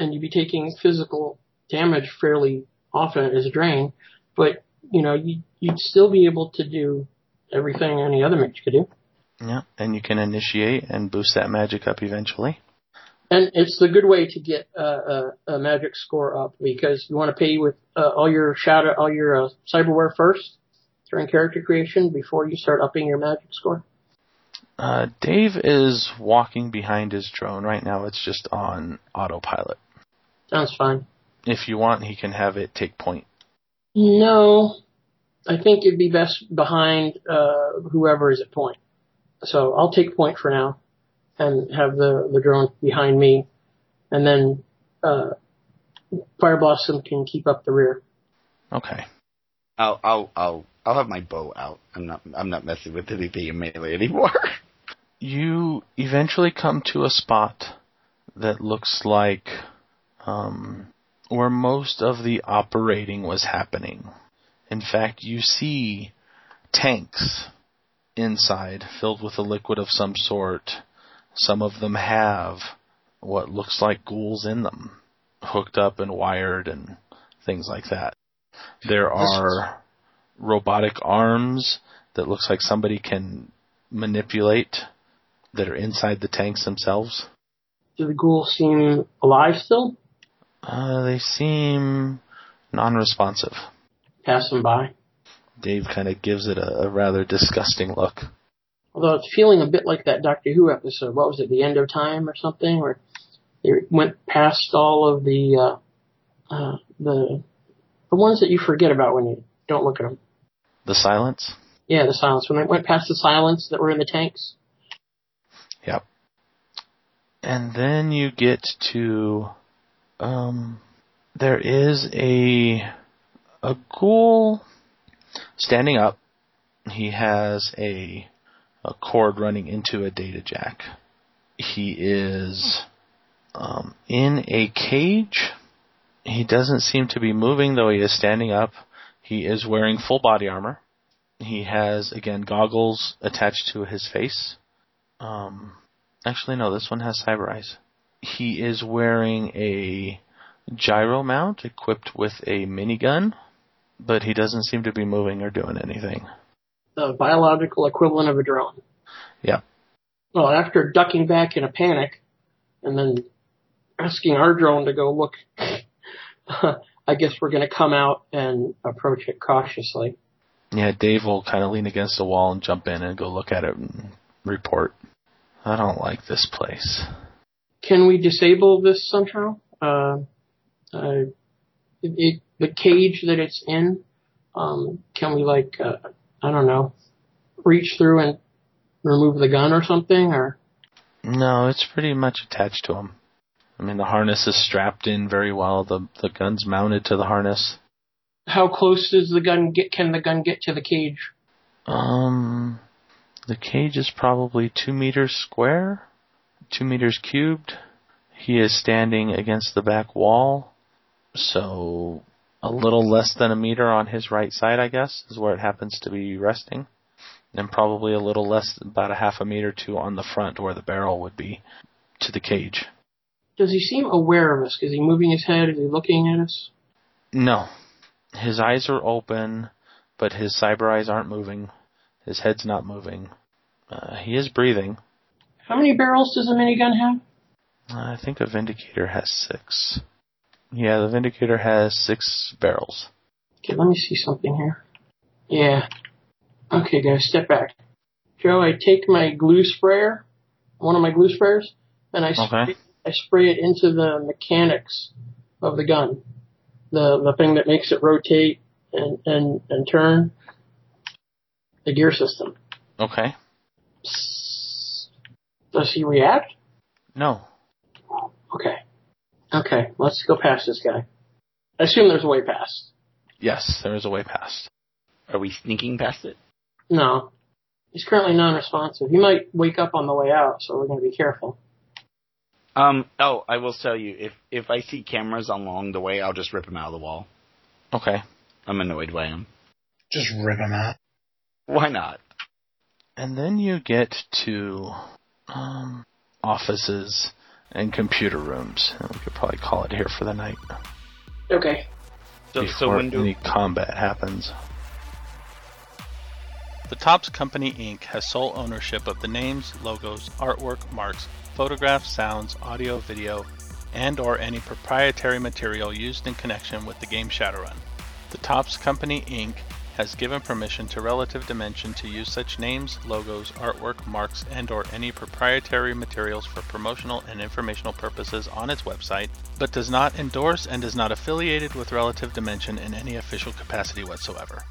[SPEAKER 4] and you'd be taking physical damage fairly often as a drain. But you know, you, you'd still be able to do everything any other mage could do.
[SPEAKER 1] Yeah. And you can initiate and boost that magic up eventually.
[SPEAKER 4] And it's the good way to get uh, a, a magic score up because you want to pay with uh, all your shadow, all your uh, cyberware first during character creation before you start upping your magic score.
[SPEAKER 1] Uh, Dave is walking behind his drone right now. It's just on autopilot.
[SPEAKER 4] Sounds fine.
[SPEAKER 1] If you want, he can have it take point.
[SPEAKER 4] No, I think it'd be best behind uh, whoever is at point. So I'll take point for now and have the, the drone behind me, and then uh, Fire Blossom can keep up the rear.
[SPEAKER 1] Okay.
[SPEAKER 3] I'll I'll I'll I'll have my bow out. I'm not I'm not messing with anything in melee anymore.
[SPEAKER 1] You eventually come to a spot that looks like um, where most of the operating was happening. In fact, you see tanks inside filled with a liquid of some sort. Some of them have what looks like ghouls in them, hooked up and wired and things like that. There are robotic arms that looks like somebody can manipulate that are inside the tanks themselves?
[SPEAKER 4] Do the ghouls seem alive still?
[SPEAKER 1] Uh, they seem non-responsive.
[SPEAKER 4] Pass them by.
[SPEAKER 1] Dave kind of gives it a, a rather disgusting look.
[SPEAKER 4] Although it's feeling a bit like that Doctor Who episode. What was it? The End of Time or something, where they went past all of the uh, uh, the the ones that you forget about when you don't look at them.
[SPEAKER 1] The silence.
[SPEAKER 4] Yeah, the silence. When they went past the silence that were in the tanks.
[SPEAKER 1] Yep. And then you get to, um, there is a a ghoul standing up. He has a a cord running into a data jack. He is um, in a cage. He doesn't seem to be moving, though he is standing up. He is wearing full body armor. He has, again, goggles attached to his face. Um, actually, no, this one has cyber eyes. He is wearing a gyro mount equipped with a minigun, but he doesn't seem to be moving or doing anything.
[SPEAKER 4] The biological equivalent of a drone.
[SPEAKER 1] Yeah.
[SPEAKER 4] Well, after ducking back in a panic, and then asking our drone to go look. I guess we're going to come out and approach it cautiously.
[SPEAKER 1] Yeah, Dave will kind of lean against the wall and jump in and go look at it and report. I don't like this place.
[SPEAKER 4] Can we disable this somehow? Uh, uh, it, it, the cage that it's in, um, can we like, uh, I don't know, reach through and remove the gun or something? Or
[SPEAKER 1] No, it's pretty much attached to him. I mean, the harness is strapped in very well. The the gun's mounted to the harness.
[SPEAKER 4] how close does the gun get? Can the gun get to the cage?
[SPEAKER 1] Um, the cage is probably two meters square, two meters cubed. He is standing against the back wall, so a little less than a meter on his right side, I guess, is where it happens to be resting, and probably a little less, about a half a meter to on the front where the barrel would be to the cage.
[SPEAKER 4] Does he seem aware of us? Is he moving his head? Is he looking at us?
[SPEAKER 1] No. His eyes are open, but his cyber eyes aren't moving. His head's not moving. Uh, he is breathing.
[SPEAKER 4] How many barrels does a minigun have?
[SPEAKER 1] I think the Vindicator has six. Yeah, the Vindicator has six barrels.
[SPEAKER 4] Okay, let me see something here. Yeah. Okay, guys, step back. Joe, I take my glue sprayer, one of my glue sprayers, and I
[SPEAKER 1] Okay.
[SPEAKER 4] spray, I spray it into the mechanics of the gun, the the thing that makes it rotate and and and turn, the gear system.
[SPEAKER 1] Okay.
[SPEAKER 4] Psst. Does he react?
[SPEAKER 1] No.
[SPEAKER 4] Okay. Okay, let's go past this guy. I assume there's a way past.
[SPEAKER 1] Yes, there is a way past.
[SPEAKER 3] Are we sneaking past it?
[SPEAKER 4] No. He's currently non-responsive. He might wake up on the way out, so we're going to be careful.
[SPEAKER 3] Um. Oh, I will tell you if if I see cameras along the way, I'll just rip them out of the wall.
[SPEAKER 1] Okay.
[SPEAKER 3] I'm annoyed by them.
[SPEAKER 2] Just rip him out.
[SPEAKER 3] Why not?
[SPEAKER 1] And then you get to um, offices and computer rooms. We could probably call it here for the night
[SPEAKER 4] Okay.
[SPEAKER 3] So,
[SPEAKER 1] before
[SPEAKER 3] so when do
[SPEAKER 1] any combat happens.
[SPEAKER 5] The Topps Company Inc. has sole ownership of the names, logos, artwork, marks, photographs, sounds, audio, video, and or any proprietary material used in connection with the game Shadowrun. The Topps Company Inc. has given permission to Relative Dimension to use such names, logos, artwork, marks, and or any proprietary materials for promotional and informational purposes on its website, but does not endorse and is not affiliated with Relative Dimension in any official capacity whatsoever.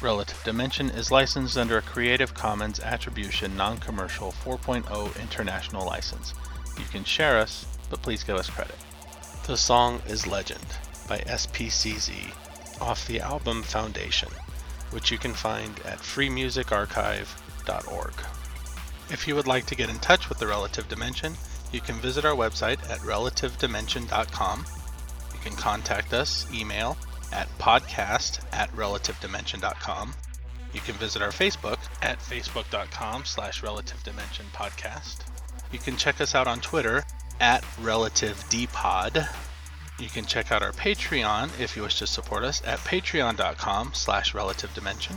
[SPEAKER 5] Relative Dimension is licensed under a Creative Commons Attribution Non Commercial 4.0 International License. You can share us, but please give us credit. The song is Legend by SPCZ off the album Foundation, which you can find at freemusicarchive.org. If you would like to get in touch with the Relative Dimension, you can visit our website at relativedimension.com. You can contact us, email, at podcast at relativedimension.com. You can visit our Facebook at facebook.com slash relative dimension podcast. You can check us out on Twitter at relative dpod. You can check out our Patreon if you wish to support us at patreon.com slash relative dimension.